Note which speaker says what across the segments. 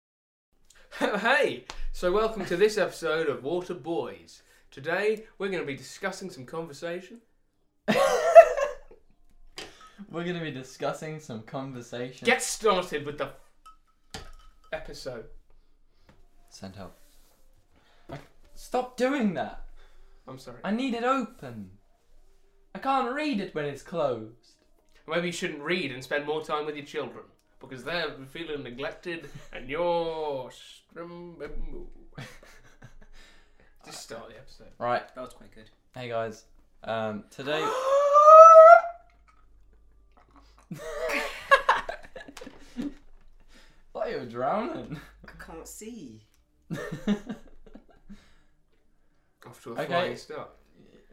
Speaker 1: hey! So, welcome to this episode of Water Boys. Today, we're going to be discussing some conversation.
Speaker 2: We're gonna be discussing some conversation.
Speaker 1: Get started with the episode.
Speaker 2: Send help. I- Stop doing that.
Speaker 1: I'm sorry.
Speaker 2: I need it open. I can't read it when it's closed.
Speaker 1: Maybe you shouldn't read and spend more time with your children because they're feeling neglected and you're. Just start the episode.
Speaker 2: Right.
Speaker 3: That was quite good.
Speaker 2: Hey guys. Um. Today. Thought you were drowning.
Speaker 3: I can't see.
Speaker 1: Off to a
Speaker 2: Okay.
Speaker 1: flying start.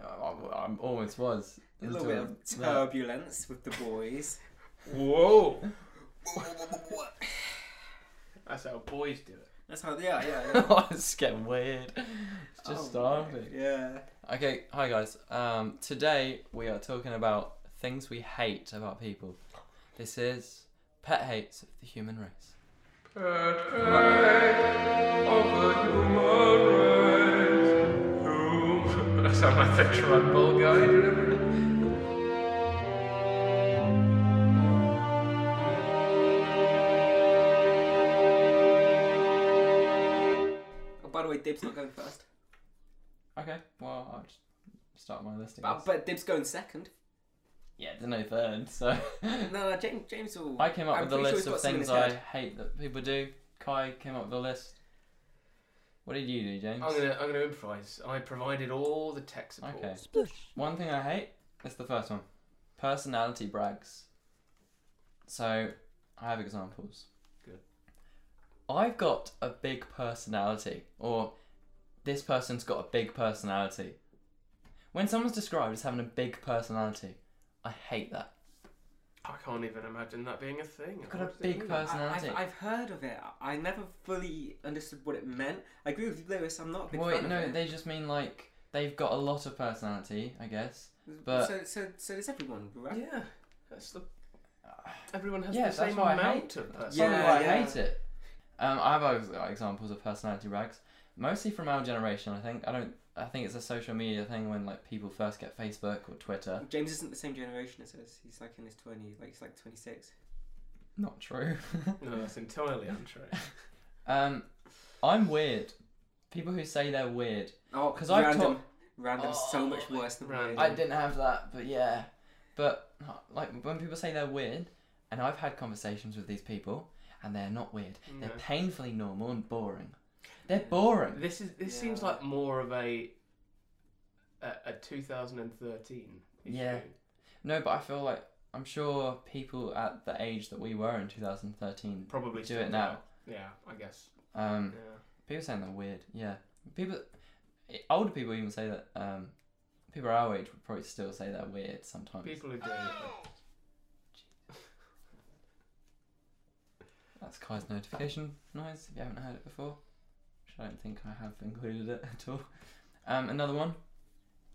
Speaker 2: I, I, I almost was.
Speaker 3: A little bit of turbulence with the boys.
Speaker 1: Whoa! That's how boys do it.
Speaker 3: That's how. Yeah, yeah. yeah.
Speaker 2: it's getting weird. It's
Speaker 3: Oh,
Speaker 2: just starving.
Speaker 3: Yeah.
Speaker 2: Okay, hi guys. Um, today we are talking about things we hate about people. This is pet hates of the human race.
Speaker 1: I sound like the tribal guy.
Speaker 3: Oh, by the way, Dib's not going first.
Speaker 2: Okay, well I'll just start my list. I
Speaker 3: But,
Speaker 2: guess.
Speaker 3: but Dib's going second.
Speaker 2: Yeah, there's no third. So
Speaker 3: No, no, James, James will.
Speaker 2: I came up
Speaker 3: I'm
Speaker 2: with a
Speaker 3: pretty sure
Speaker 2: list
Speaker 3: he's
Speaker 2: of
Speaker 3: got some in
Speaker 2: things
Speaker 3: his
Speaker 2: I
Speaker 3: head.
Speaker 2: hate that people do. Kai came up with a list. What did you do, James?
Speaker 1: I'm gonna, I'm gonna improvise. I provided all the tech support.
Speaker 2: Okay. One thing I hate is the first one. Personality brags. So I have examples.
Speaker 1: Good.
Speaker 2: I've got a big personality, or this person's got a big personality. When someone's described as having a big personality, I hate that.
Speaker 1: I can't even imagine that being a thing.
Speaker 2: I've got a big personality.
Speaker 3: I, I've, I've heard of it. I never fully understood what it meant. I agree with Lewis. I'm not a big
Speaker 2: Wait,
Speaker 3: fan
Speaker 2: no,
Speaker 3: of it.
Speaker 2: they just mean like they've got a lot of personality, I guess. but-
Speaker 3: so, so, so does everyone, right?
Speaker 1: Yeah, that's the. Everyone has
Speaker 2: Yeah,
Speaker 1: the
Speaker 2: that's
Speaker 1: same
Speaker 2: why I
Speaker 1: amount
Speaker 2: hate
Speaker 1: of
Speaker 2: That's
Speaker 1: personality.
Speaker 2: probably
Speaker 3: Yeah,
Speaker 2: why I
Speaker 3: yeah.
Speaker 2: hate it. Um, I have ex- examples of personality rags, mostly from our generation. I think I don't. I think it's a social media thing when like people first get Facebook or Twitter.
Speaker 3: James isn't the same generation as us. He's like in his 20s, like he's like 26.
Speaker 2: Not true.
Speaker 1: No, that's entirely untrue.
Speaker 2: um, I'm weird. People who say they're weird.
Speaker 3: Oh,
Speaker 2: 'Cause I've
Speaker 3: random.
Speaker 2: talk-
Speaker 3: Random's
Speaker 2: Oh,
Speaker 3: so much worse than
Speaker 1: random.
Speaker 3: random.
Speaker 2: I didn't have that, but yeah. But like when people say they're weird, and I've had conversations with these people, and they're not weird. They're
Speaker 1: No.
Speaker 2: painfully normal and boring. They're boring.
Speaker 1: This is this
Speaker 3: Yeah.
Speaker 1: seems like more of a a, a 2013. Issue.
Speaker 2: Yeah. No, but I feel like I'm sure people at the age that we were in 2013
Speaker 1: probably
Speaker 2: do
Speaker 1: still
Speaker 2: it now.
Speaker 1: Yeah, I guess.
Speaker 2: Um,
Speaker 1: Yeah.
Speaker 2: people saying they're weird. Yeah, people, older people even say that. Um, people our age would probably still say they're weird sometimes.
Speaker 1: People who do it.
Speaker 2: That's Kai's notification noise. If you haven't heard it before, which I don't think I have included it at all. Um, another one.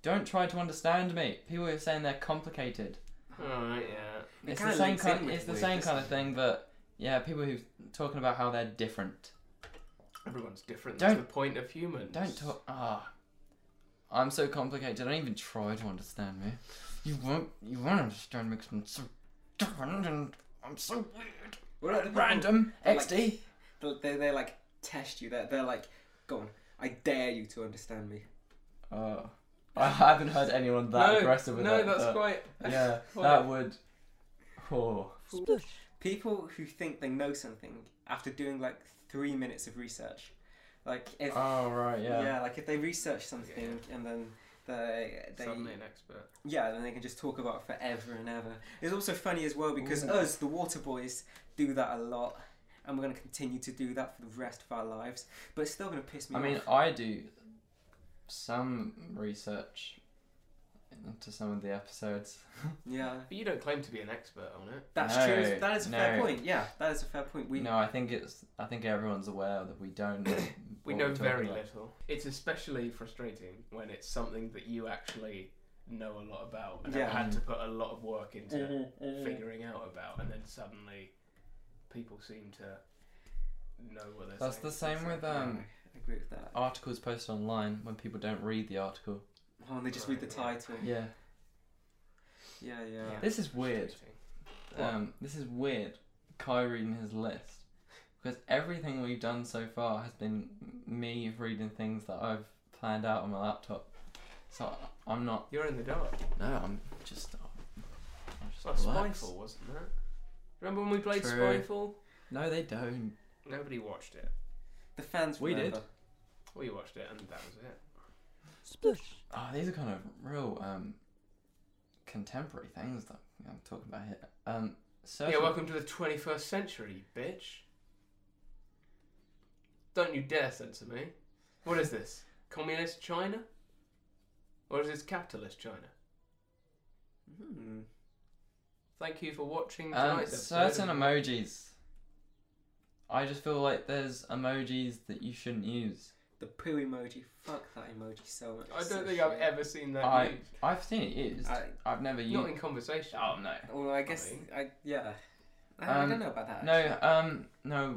Speaker 2: Don't try to understand me. People are saying they're complicated.
Speaker 1: All right. Yeah.
Speaker 3: It
Speaker 2: it's the
Speaker 3: kinda
Speaker 2: same
Speaker 3: links in
Speaker 2: kind.
Speaker 3: with
Speaker 2: It's the
Speaker 3: weird,
Speaker 2: same
Speaker 3: doesn't
Speaker 2: kind of
Speaker 3: it?
Speaker 2: thing, but yeah, people who talking about how they're different.
Speaker 1: Everyone's different. That's
Speaker 2: Don't-
Speaker 1: the point of humans.
Speaker 2: Don't talk. Ah, I'm so complicated. Don't even try to understand me. You won't. You won't understand me 'cause I'm so different and I'm so weird.
Speaker 3: What about the people-
Speaker 2: Random
Speaker 3: Like-
Speaker 2: XD.
Speaker 3: They, they, they like test you. They're, they're like, go on, I dare you to understand me.
Speaker 2: Oh, I haven't heard anyone that
Speaker 1: no,
Speaker 2: aggressive with
Speaker 1: no,
Speaker 2: that.
Speaker 1: that's
Speaker 2: but
Speaker 1: quite.
Speaker 2: Yeah,
Speaker 1: quite-
Speaker 2: that would. Oh,
Speaker 3: People who think they know something after doing like three minutes of research. Like, if,
Speaker 2: oh right,
Speaker 3: yeah.
Speaker 2: yeah.
Speaker 3: like if they research something and then they, they
Speaker 1: Suddenly an expert.
Speaker 3: yeah, then they can just talk about it forever and ever. It's also funny as well because
Speaker 2: Ooh.
Speaker 3: us, the water boys, do that a lot. And we're going to continue to do that for the rest of our lives. But it's still going to piss me
Speaker 2: I
Speaker 3: off.
Speaker 2: mean, uh, I do some research into some of the episodes.
Speaker 3: yeah.
Speaker 1: But you don't claim to be an expert on it.
Speaker 3: That's
Speaker 2: No,
Speaker 3: true. That is a fair
Speaker 2: no.
Speaker 3: point. Yeah, that is a fair point. We,
Speaker 2: no, I think it's. I think everyone's aware that we don't. know
Speaker 1: We
Speaker 2: what
Speaker 1: know
Speaker 2: we're talking
Speaker 1: very
Speaker 2: about.
Speaker 1: little. It's especially frustrating when it's something that you actually know a lot about and
Speaker 3: Yeah.
Speaker 1: have had to put a lot of work into mm-hmm.
Speaker 3: Mhm, mhm.
Speaker 1: figuring out about, and then suddenly people seem to know what they're
Speaker 2: That's
Speaker 1: saying.
Speaker 2: the same with um,
Speaker 3: I agree with that.
Speaker 2: articles posted online when people don't read the article.
Speaker 3: Oh, and they just read the
Speaker 1: Right, yeah.
Speaker 3: title.
Speaker 2: Yeah.
Speaker 3: Yeah, yeah.
Speaker 1: Yeah.
Speaker 2: This is weird.
Speaker 1: Frustrating. What?
Speaker 2: Um, this is weird. Kai reading his list because everything we've done so far has been me reading things that I've planned out on my laptop. So I'm not.
Speaker 1: You're in the dark.
Speaker 2: No, I'm just. I'm just
Speaker 1: Well,
Speaker 2: relaxed.
Speaker 1: Spyfall wasn't that? Remember when we played
Speaker 2: True.
Speaker 1: Spyfall?
Speaker 2: No, they don't.
Speaker 1: Nobody watched it.
Speaker 3: The fans
Speaker 2: We
Speaker 3: remember.
Speaker 1: We watched it, and that was it.
Speaker 2: Oh, these are kind of real um, contemporary things that I'm talking about here. Um, so
Speaker 1: Yeah, welcome to the 21st century, you bitch. Don't you dare censor me. What is this? Communist China? Or is this capitalist China?
Speaker 3: Hmm.
Speaker 1: Thank you for watching
Speaker 2: Um,
Speaker 1: tonight's episode.
Speaker 2: certain
Speaker 1: of-
Speaker 2: emojis. I just feel like there's emojis that you shouldn't use.
Speaker 3: The poo emoji. Fuck that emoji so much.
Speaker 1: I
Speaker 3: It's so
Speaker 1: don't think I've
Speaker 3: shit.
Speaker 1: ever seen that
Speaker 2: I
Speaker 1: used.
Speaker 2: I've seen it used.
Speaker 3: I,
Speaker 2: I've never used.
Speaker 1: Not in conversation.
Speaker 2: Oh no.
Speaker 3: well, I guess.
Speaker 1: Funny.
Speaker 3: I yeah. I, I
Speaker 2: Um,
Speaker 3: don't know about that.
Speaker 2: No,
Speaker 3: actually.
Speaker 2: um,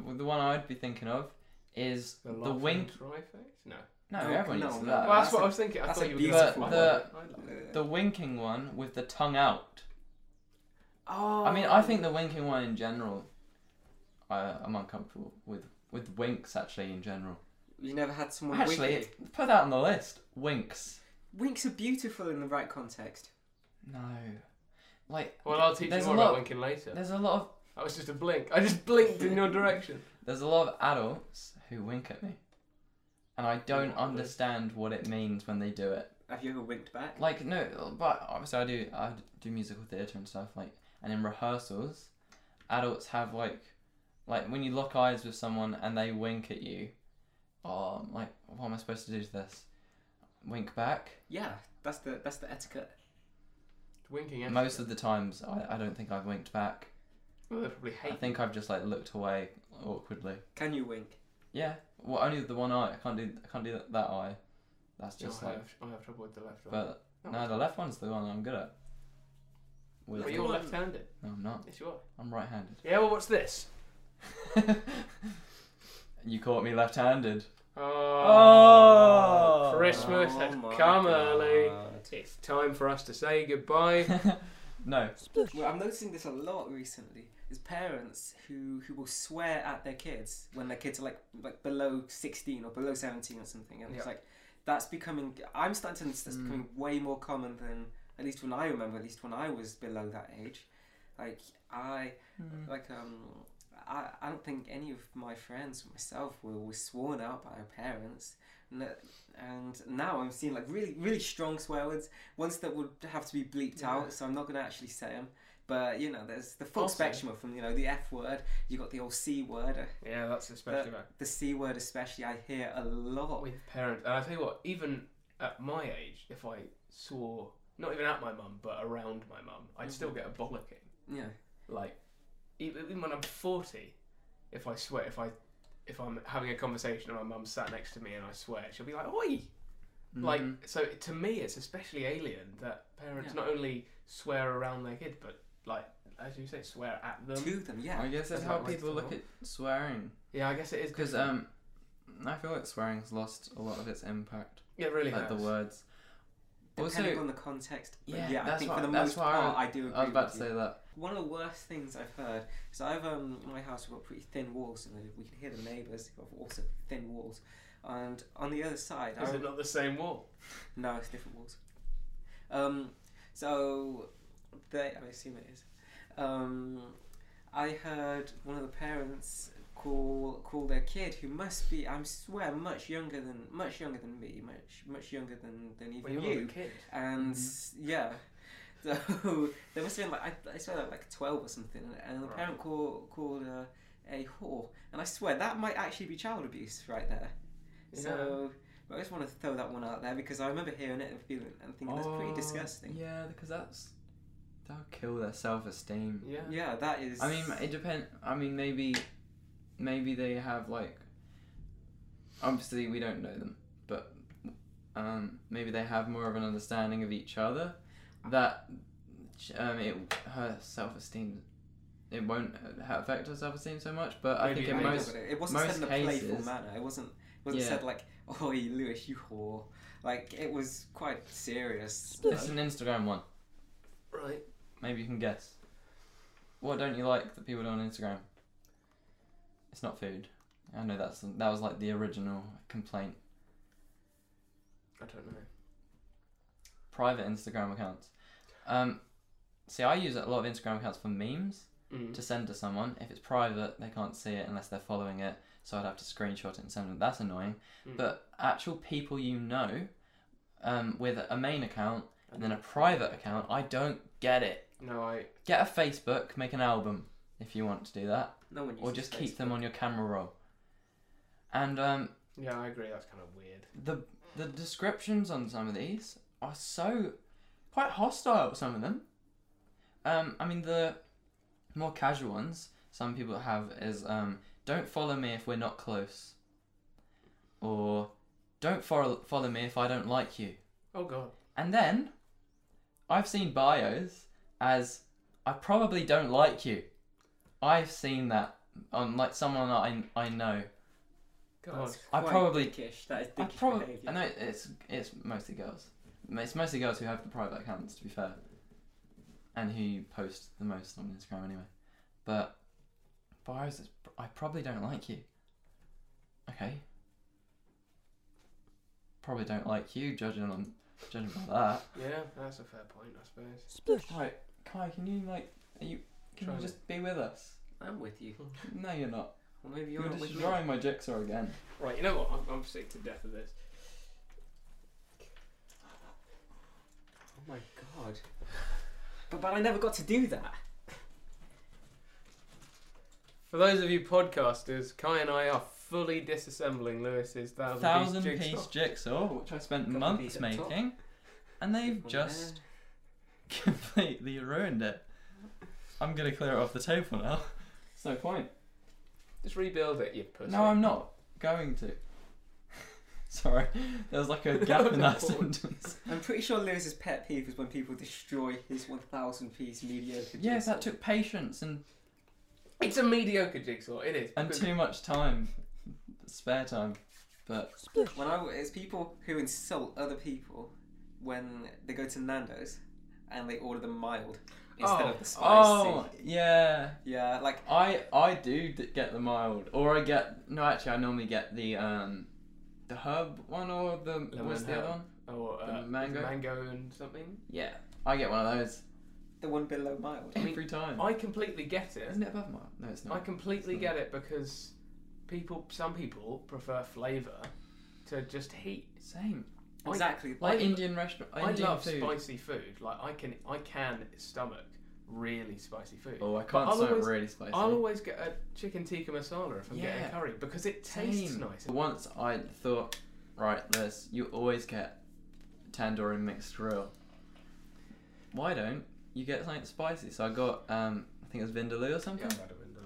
Speaker 2: no. The one I'd be thinking of is the,
Speaker 1: laughing
Speaker 2: wink. Uh,
Speaker 1: Dry face? No.
Speaker 2: No,
Speaker 3: No,
Speaker 2: everyone
Speaker 3: no,
Speaker 2: uses
Speaker 3: no,
Speaker 2: that.
Speaker 1: well, that's,
Speaker 3: that's
Speaker 1: what
Speaker 3: a-
Speaker 1: I was thinking. I
Speaker 3: that's
Speaker 1: thought
Speaker 3: a
Speaker 1: you were going
Speaker 2: beautiful
Speaker 1: to
Speaker 2: one.
Speaker 3: Uh,
Speaker 2: The winking one with the tongue out.
Speaker 1: Oh.
Speaker 2: I mean, I think the winking one in general. I, I'm uncomfortable with with winks actually in general.
Speaker 3: you never had someone
Speaker 2: actually,
Speaker 3: wink.
Speaker 2: put that on the list. Winks.
Speaker 3: Winks are beautiful in the right context.
Speaker 2: No. Like.
Speaker 1: Well, I'll teach you
Speaker 2: there's
Speaker 1: more
Speaker 2: a lot.
Speaker 1: about winking later.
Speaker 2: There's a lot of
Speaker 1: That was just a blink. I just blinked in your direction.
Speaker 2: There's a lot of adults who wink at me. And I don't
Speaker 1: Yeah, I know.
Speaker 2: understand what it means when they do it.
Speaker 3: Have you ever winked back?
Speaker 2: Like no, but obviously I do. I do musical theatre and stuff. Like and in rehearsals, adults have like, like when you lock eyes with someone and they wink at you. Oh, I'm like what am I supposed to do to this? Wink back.
Speaker 3: Yeah, that's the that's the etiquette.
Speaker 1: Winking at
Speaker 2: Most of the times, I, I don't think I've winked back.
Speaker 1: Well, they probably
Speaker 2: I
Speaker 1: hate
Speaker 2: think I've just like looked away awkwardly.
Speaker 3: Can you wink?
Speaker 2: Yeah. Well, only with the one eye. I can't do. I can't do that, that eye. That's
Speaker 1: you.
Speaker 2: just
Speaker 1: I,
Speaker 2: like.
Speaker 1: have, I have trouble with the left one.
Speaker 2: But
Speaker 1: No,
Speaker 2: no, the left one's the one I'm good at. With
Speaker 1: But
Speaker 3: Well,
Speaker 1: you're
Speaker 3: one-
Speaker 1: left handed.
Speaker 2: no, I'm not.
Speaker 1: Yes, you are.
Speaker 2: I'm right-handed.
Speaker 1: Yeah, well, what's this?
Speaker 2: you caught me left-handed.
Speaker 1: Oh,
Speaker 2: Oh.
Speaker 1: Christmas has
Speaker 3: my
Speaker 1: come early.
Speaker 3: God.
Speaker 1: It's time for us to say goodbye.
Speaker 2: no.
Speaker 3: Well, I'm noticing this a lot recently. Is parents who who will swear at their kids when their kids are like like below 16 or below 17 or something, and it's
Speaker 1: Yeah.
Speaker 3: like that's becoming. I'm starting to notice that's
Speaker 2: Mm.
Speaker 3: becoming way more common than at least when I remember. At least when I was below that age, like I
Speaker 2: Mm-hmm.
Speaker 3: like um. I, I don't think any of my friends or myself were, were sworn out by our parents. And, that- and now I'm seeing like really, really strong swear words, ones that would have to be bleeped
Speaker 1: Yeah.
Speaker 3: out, so I'm not going to actually say them. But you know, there's the full
Speaker 1: Also-
Speaker 3: spectrum of them. You know, the F word. You got the old C word. uh,
Speaker 1: Yeah, that's especially bad.
Speaker 3: The C word, especially, I hear a lot.
Speaker 1: With parents, and I tell you what, even at my age, if I saw, not even at my mum, but around my mum, I'd still get a bollocking.
Speaker 3: Yeah,
Speaker 1: like even even when I'm forty, if I swear, if I if I'm having a conversation and my mum's sat next to me and I swear, she'll be like, "Oi!" Like
Speaker 2: Mhm.
Speaker 1: so. To me, it's especially alien that parents
Speaker 3: Yeah.
Speaker 1: not only swear around their kid, but like as you say, swear at
Speaker 2: um,
Speaker 1: them.
Speaker 3: to them. Yeah,
Speaker 2: I guess
Speaker 1: That's
Speaker 2: that's how
Speaker 1: not right
Speaker 2: people
Speaker 1: at
Speaker 2: look
Speaker 1: all.
Speaker 2: at swearing.
Speaker 1: Yeah, I guess it is
Speaker 2: Because um, I feel like swearing's lost a lot of its impact.
Speaker 1: yeah, it really
Speaker 2: like
Speaker 1: has.
Speaker 2: the words.
Speaker 3: depending
Speaker 2: also,
Speaker 3: on the context. But
Speaker 2: Yeah,
Speaker 3: yeah, I
Speaker 2: that's
Speaker 3: think
Speaker 2: what-
Speaker 3: for the
Speaker 2: that's
Speaker 3: most
Speaker 2: what I-
Speaker 3: part, I, do agree.
Speaker 2: I was about to
Speaker 3: with you.
Speaker 2: say that.
Speaker 3: One of the worst things I've heard is I've um in my house we've got pretty thin walls and we can hear the neighbours who have also thin walls, and on the other side, I
Speaker 1: Is it not the same wall?
Speaker 3: No, it's different walls. Um, so they, I assume it is. Um, I heard one of the parents call call their kid, who must be, I swear, much younger than much younger than me, much much younger than than even
Speaker 1: When you
Speaker 3: you.
Speaker 1: were a kid.
Speaker 3: And
Speaker 2: Mm-hmm.
Speaker 3: yeah, so they must have been like I, I swear they're like twelve or something, and the
Speaker 1: Right.
Speaker 3: parent call, called uh, a whore, and I swear that might actually be child abuse right there. So I just want to throw that one out there because I remember hearing it and feeling it and thinking that's pretty
Speaker 1: Oh,
Speaker 3: disgusting.
Speaker 2: Yeah, because that's that'll kill their self-esteem.
Speaker 1: yeah. yeah.
Speaker 3: Yeah, that is.
Speaker 2: I mean, it depend. I mean, maybe, maybe they have like. Obviously, we don't know them, but um, maybe they have more of an understanding of each other. That um, it her self esteem it won't uh, affect our self esteem so much. But I
Speaker 1: Maybe
Speaker 2: think in
Speaker 1: it
Speaker 3: know,
Speaker 1: may
Speaker 2: most
Speaker 3: but it wasn't
Speaker 2: most
Speaker 3: said in a playful
Speaker 2: cases-
Speaker 3: manner. It wasn't. It wasn't
Speaker 2: Yeah.
Speaker 3: said like, "Oi, Lewis, you whore." Like it was quite serious.
Speaker 2: it's an Instagram one.
Speaker 1: Right.
Speaker 2: Maybe you can guess. What don't you like that people do on Instagram? It's not food. I know that's that was like the original complaint.
Speaker 1: I don't know.
Speaker 2: Private Instagram accounts. Um, see, I use a lot of Instagram accounts for memes
Speaker 1: Mm.
Speaker 2: to send to someone. If it's private, they can't see it unless they're following it. So I'd have to screenshot it and send them. That's annoying.
Speaker 1: Mm.
Speaker 2: But actual people you know, um, with a main account and then a
Speaker 1: I-
Speaker 2: private account, I don't get it.
Speaker 1: No, I.
Speaker 2: Get a Facebook, make an album if you want to do that.
Speaker 3: No one.
Speaker 2: or
Speaker 3: uses
Speaker 2: just keep
Speaker 3: Facebook.
Speaker 2: them on your camera roll. And um,
Speaker 1: Yeah, I agree. That's kind of weird.
Speaker 2: the the descriptions on some of these are so quite hostile. Some of them. Um, I mean the more casual ones. Some people have is um, don't follow me if we're not close, or don't follow follow me if I don't like you.
Speaker 1: Oh god.
Speaker 2: And then I've seen bios as I probably don't like you. I've seen that on like someone I I know.
Speaker 1: God.
Speaker 3: That's
Speaker 2: I
Speaker 3: quite
Speaker 2: probably-
Speaker 3: dickish. That is
Speaker 2: I
Speaker 3: dickish
Speaker 2: probably
Speaker 3: behaviour.
Speaker 2: I know it's it's mostly girls. It's mostly girls who have the private accounts to be fair. And who post the most on Instagram anyway. But bios is I probably don't like you. Okay. Probably don't like you judging on judging by that.
Speaker 1: Yeah, that's a fair point, I suppose.
Speaker 2: Right, Kai, can you like, are you? Can
Speaker 1: Try
Speaker 2: you
Speaker 1: me.
Speaker 2: just be with us?
Speaker 3: I'm with you.
Speaker 2: No, you're not.
Speaker 3: Or maybe
Speaker 2: You're,
Speaker 3: you're, not
Speaker 2: just
Speaker 3: with me.
Speaker 2: drawing my jigsaw again.
Speaker 1: Right. You know what? I'm, I'm sick to death of this.
Speaker 3: Oh my god. But, but I never got to do that.
Speaker 1: For those of you podcasters, Kai and I are fully disassembling Lewis's thousand,
Speaker 2: Thousand
Speaker 1: piece
Speaker 2: piece
Speaker 1: jigsaw.
Speaker 2: jigsaw, which I spent
Speaker 3: Got the piece
Speaker 2: months
Speaker 3: at the top.
Speaker 2: making, and they've
Speaker 3: From
Speaker 2: just completely ruined it. I'm gonna clear it off the table now. It's no point.
Speaker 1: Just rebuild it, you pussy.
Speaker 2: No, I'm not going to. Sorry, there was like a gap in that
Speaker 1: Important.
Speaker 2: sentence.
Speaker 3: there. I'm pretty sure Lewis's pet peeve is when people destroy his 1,000 piece mediocre.
Speaker 2: Yes,
Speaker 3: jigsaw.
Speaker 2: that took patience and
Speaker 1: It's a mediocre jigsaw. It is.
Speaker 2: and
Speaker 1: because-
Speaker 2: too much time, spare time, but
Speaker 3: When I, it's people who insult other people when they go to Nando's and they order the mild instead
Speaker 1: Oh,
Speaker 3: of the spicy.
Speaker 2: oh yeah.
Speaker 3: Yeah, like
Speaker 2: I I do d- get the mild, or I get no. Actually, I normally get the um, the herb one or the
Speaker 1: Lemon
Speaker 2: what's the
Speaker 1: herb.
Speaker 2: other
Speaker 1: Oh,
Speaker 2: one? The
Speaker 1: uh,
Speaker 2: mango?
Speaker 1: mango and something.
Speaker 2: Yeah, I get one of those
Speaker 3: the one below mild.
Speaker 1: I mean,
Speaker 2: every time.
Speaker 1: I completely get it.
Speaker 2: Isn't it above mild? No, it's
Speaker 1: I
Speaker 2: not.
Speaker 1: completely
Speaker 2: It's not.
Speaker 1: get it because people, some people prefer flavour to just heat.
Speaker 2: Same.
Speaker 1: I-
Speaker 3: Exactly.
Speaker 2: Like
Speaker 1: I-
Speaker 2: Indian restaurant.
Speaker 1: I
Speaker 2: Indian
Speaker 1: love
Speaker 2: food.
Speaker 1: spicy food. Like I can, I can stomach really spicy food.
Speaker 2: Oh, I
Speaker 1: But
Speaker 2: can't
Speaker 1: I'll
Speaker 2: stomach
Speaker 1: always-
Speaker 2: really spicy.
Speaker 1: I'll always get a chicken tikka masala if I'm getting
Speaker 2: Yeah.
Speaker 1: curry because it tastes
Speaker 2: Same.
Speaker 1: nice.
Speaker 2: Once I thought, right, this you always get tandoori mixed grill. Why don't you get something spicy? So I got um, I think it was vindaloo or
Speaker 1: Yeah,
Speaker 2: something.
Speaker 1: I've had it with the-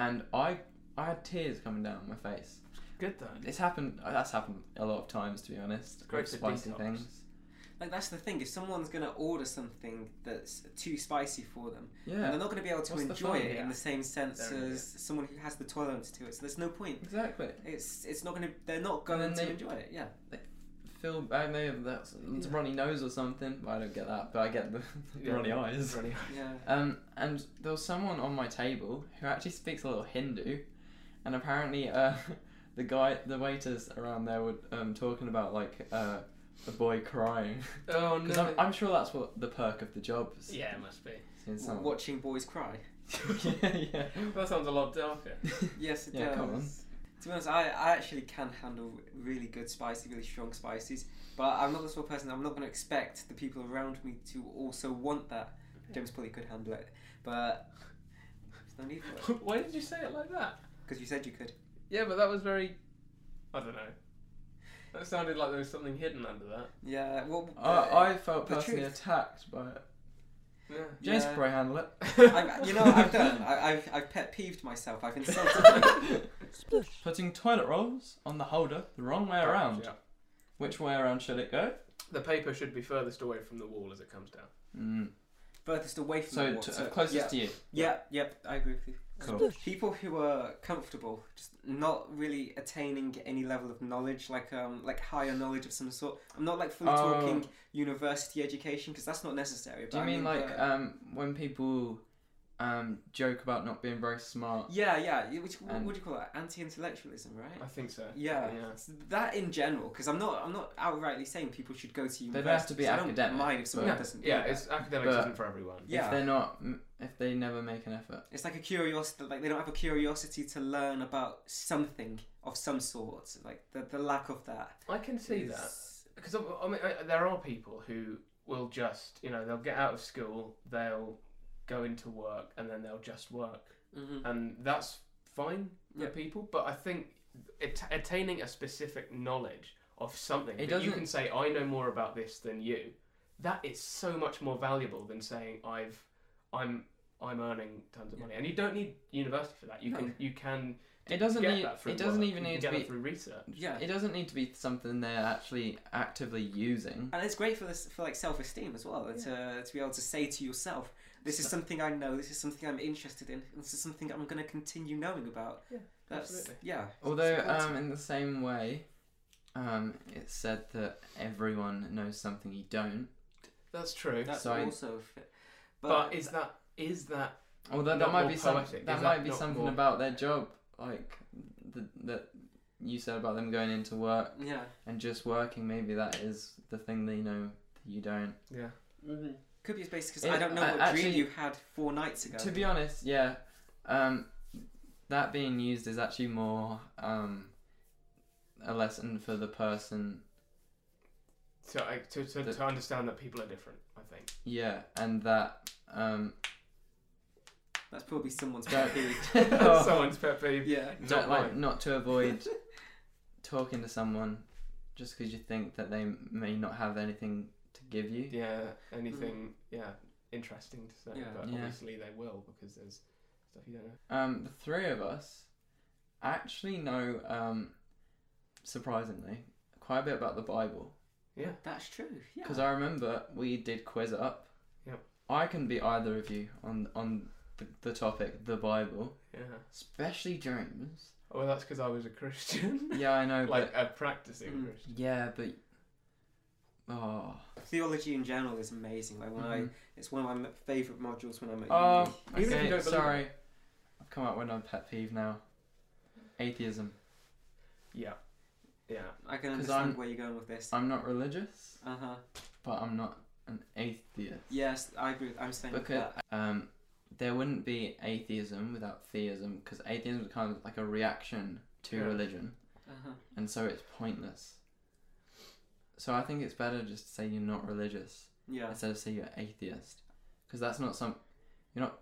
Speaker 2: and I I had tears coming down my face.
Speaker 1: Good though.
Speaker 2: It's happened. uh, That's happened a lot of times, to be honest.
Speaker 1: great
Speaker 2: with
Speaker 1: for
Speaker 2: spicy
Speaker 1: detox.
Speaker 2: things.
Speaker 3: Like that's the thing. If someone's gonna order something that's too spicy for them, and
Speaker 2: Yeah,
Speaker 3: they're not gonna be able to
Speaker 2: What's the
Speaker 3: enjoy
Speaker 2: fun?
Speaker 3: it
Speaker 1: Yeah.
Speaker 3: in the same sense
Speaker 1: They're an
Speaker 3: as someone who has the tolerance to it. So there's no point.
Speaker 2: exactly.
Speaker 3: It's it's not gonna. They're not
Speaker 2: And
Speaker 3: going
Speaker 2: then
Speaker 3: to
Speaker 2: they-
Speaker 3: enjoy it. Yeah.
Speaker 2: Phil, I may have that's it's
Speaker 3: Yeah.
Speaker 2: runny nose or something. But I don't get that. But I get the, the
Speaker 1: Yeah.
Speaker 2: runny eyes.
Speaker 1: Really-
Speaker 3: Yeah.
Speaker 2: Um, and there was someone on my table who actually speaks a little Hindu, and apparently, uh, the guy, the waiters around there were um talking about like uh, a boy crying
Speaker 1: Oh
Speaker 2: because
Speaker 1: no.
Speaker 2: I'm, I'm sure that's what the perk of the job. Is,
Speaker 1: yeah, it must be.
Speaker 2: seeing someone-
Speaker 3: Watching boys cry.
Speaker 2: yeah, yeah.
Speaker 1: That sounds a lot darker.
Speaker 3: Yes, it
Speaker 2: Yeah,
Speaker 3: does.
Speaker 2: come on.
Speaker 3: To be honest, I, I actually can handle really good spicy, really strong spices, but I'm not the sort of person. I'm not going to expect the people around me to also want that. James probably could handle it, but there's no need for it
Speaker 1: Why did you say it like that?
Speaker 3: because you said you could.
Speaker 1: Yeah, but that was very. I don't know. That sounded like there was something hidden under that.
Speaker 3: Yeah. Well,
Speaker 2: I, I felt
Speaker 3: the
Speaker 2: personally
Speaker 3: truth-
Speaker 2: attacked by it.
Speaker 1: Yeah.
Speaker 2: James
Speaker 3: Yeah.
Speaker 2: could probably handle it.
Speaker 3: I've, you know, what I've done. I, I've I've pet peeved myself. I've insulted.
Speaker 2: Putting toilet rolls on the holder the wrong way around.
Speaker 1: Yeah.
Speaker 2: Which way around should it go?
Speaker 1: The paper should be furthest away from the wall as it comes down.
Speaker 2: Mm.
Speaker 3: furthest away from the
Speaker 2: So,
Speaker 3: water.
Speaker 2: to, closest
Speaker 3: yeah.
Speaker 2: to you.
Speaker 3: Yeah, yep, I agree with you.
Speaker 2: Cool.
Speaker 3: People who are comfortable, just not really attaining any level of knowledge, like um, like higher knowledge of some sort. I'm not like fully
Speaker 2: Oh.
Speaker 3: talking university education because that's not necessary.
Speaker 2: Do
Speaker 3: but
Speaker 2: you
Speaker 3: I uh,
Speaker 2: mean like
Speaker 3: the-
Speaker 2: um, when people um, joke about not being very smart?
Speaker 3: yeah, yeah. you- Which, what,
Speaker 2: and-
Speaker 3: what do you call that? Anti-intellectualism, right?
Speaker 1: I think so.
Speaker 3: Yeah.
Speaker 1: Yeah.
Speaker 3: S- That in general, because I'm not, I'm not outrightly saying people should go to university.
Speaker 2: don't have to be
Speaker 3: 'cause I
Speaker 2: academic,
Speaker 3: Don't mind if someone
Speaker 2: but-
Speaker 3: doesn't. do
Speaker 1: Yeah,
Speaker 3: that.
Speaker 1: it's academics
Speaker 2: But-
Speaker 1: isn't for everyone.
Speaker 3: Yeah.
Speaker 2: If they're not, m- if they never make an effort.
Speaker 3: It's like a curiosity, like they don't have a curiosity to learn about something of some sort. Like the, the lack of that.
Speaker 1: I can see
Speaker 3: is-
Speaker 1: that because I, um, I mean I, there are people who will just you know they'll get out of school, they'll go into work, and then they'll just work,
Speaker 2: Mm-hmm.
Speaker 3: Mhm.
Speaker 1: and that's fine for
Speaker 3: Yeah.
Speaker 1: people. But I think at- attaining a specific knowledge of something
Speaker 2: It
Speaker 1: that you
Speaker 2: doesn't-
Speaker 1: can say I know more about this than you, that is so much more valuable than saying I've I'm I'm earning tons of money, and you don't need university for that. You
Speaker 3: No.
Speaker 1: can you can
Speaker 2: It doesn't
Speaker 1: get
Speaker 2: need.
Speaker 1: that through
Speaker 2: It doesn't
Speaker 1: work.
Speaker 2: even
Speaker 1: You can
Speaker 2: need
Speaker 1: get
Speaker 2: to
Speaker 1: that
Speaker 2: be.
Speaker 1: through research.
Speaker 3: Yeah.
Speaker 2: It doesn't need to be something they're actually actively using.
Speaker 3: and it's great for this for like self-esteem as well to, to be able to say to yourself this is
Speaker 2: So-
Speaker 3: something i know this is something i'm interested in this is something i'm going to continue knowing about
Speaker 1: Yeah,
Speaker 3: that's
Speaker 1: absolutely.
Speaker 3: yeah
Speaker 2: Although,
Speaker 3: Support.
Speaker 2: um, in the same way, um, it's said that everyone knows something you don't.
Speaker 1: That's true.
Speaker 3: that's
Speaker 2: so I-
Speaker 3: also fit
Speaker 1: But,
Speaker 3: but,
Speaker 1: is that is that
Speaker 2: Although
Speaker 1: Not
Speaker 2: that might
Speaker 1: more
Speaker 2: be some,
Speaker 1: poetic,
Speaker 2: that,
Speaker 1: is that
Speaker 2: might be
Speaker 1: not
Speaker 2: something
Speaker 1: more-
Speaker 2: about their job, like the, that you said about them going into work
Speaker 3: yeah
Speaker 2: and just working. Maybe that is the thing they know that you don't.
Speaker 1: yeah
Speaker 3: could be as basic as
Speaker 2: Mm-hmm. It-
Speaker 3: i don't know
Speaker 2: I-
Speaker 3: what dream
Speaker 2: actually-
Speaker 3: you had four nights ago
Speaker 2: To be honest, yeah, um, that being used is actually more um, a lesson for the person.
Speaker 1: so I, to, to,
Speaker 2: The-
Speaker 1: to understand that people are different I think
Speaker 2: Yeah, and that um,
Speaker 3: that's probably someone's
Speaker 2: Don't-
Speaker 3: baby
Speaker 2: Oh.
Speaker 1: That's someone's pet peeve
Speaker 3: yeah
Speaker 1: Not
Speaker 2: don't, like
Speaker 1: mine.
Speaker 2: not to avoid talking to someone just because you think that they may not have anything to give you.
Speaker 1: yeah anything yeah interesting to say
Speaker 3: Yeah.
Speaker 1: but
Speaker 2: Yeah.
Speaker 1: obviously they will because there's stuff you don't know
Speaker 2: Um, the three of us actually know, um, surprisingly, quite a bit about the Bible.
Speaker 3: that's true yeah
Speaker 2: Because I remember we did quiz up.
Speaker 1: Yep.
Speaker 2: I can be either of you on on the, the topic the Bible,
Speaker 1: yeah
Speaker 2: especially James.
Speaker 1: well that's because I was a Christian
Speaker 2: Yeah, I know,
Speaker 1: like a practicing
Speaker 3: Mm.
Speaker 1: Christian
Speaker 2: but yeah, but oh,
Speaker 3: theology in general is amazing like when i
Speaker 2: Mhm.
Speaker 3: it's one of my favorite modules when i'm at
Speaker 2: Um,
Speaker 1: Even if you
Speaker 2: okay,
Speaker 1: don't believe
Speaker 2: sorry. I've come up with another pet peeve now. Atheism.
Speaker 1: yeah yeah
Speaker 3: uni. i can
Speaker 2: 'cause
Speaker 3: understand
Speaker 2: I'm-
Speaker 3: where you're going with this
Speaker 2: I'm not religious,
Speaker 3: uh-huh
Speaker 2: but I'm not an atheist.
Speaker 3: Yes, I agree. with- I'm saying
Speaker 2: Because
Speaker 3: that.
Speaker 2: um, there wouldn't be atheism without theism, because atheism is kind of like a reaction to
Speaker 1: Yeah.
Speaker 2: religion,
Speaker 3: Uh-huh.
Speaker 2: and so it's pointless. So I think it's better just to say you're not religious
Speaker 3: Yeah.
Speaker 2: instead of say you're atheist, because that's not some. You're not.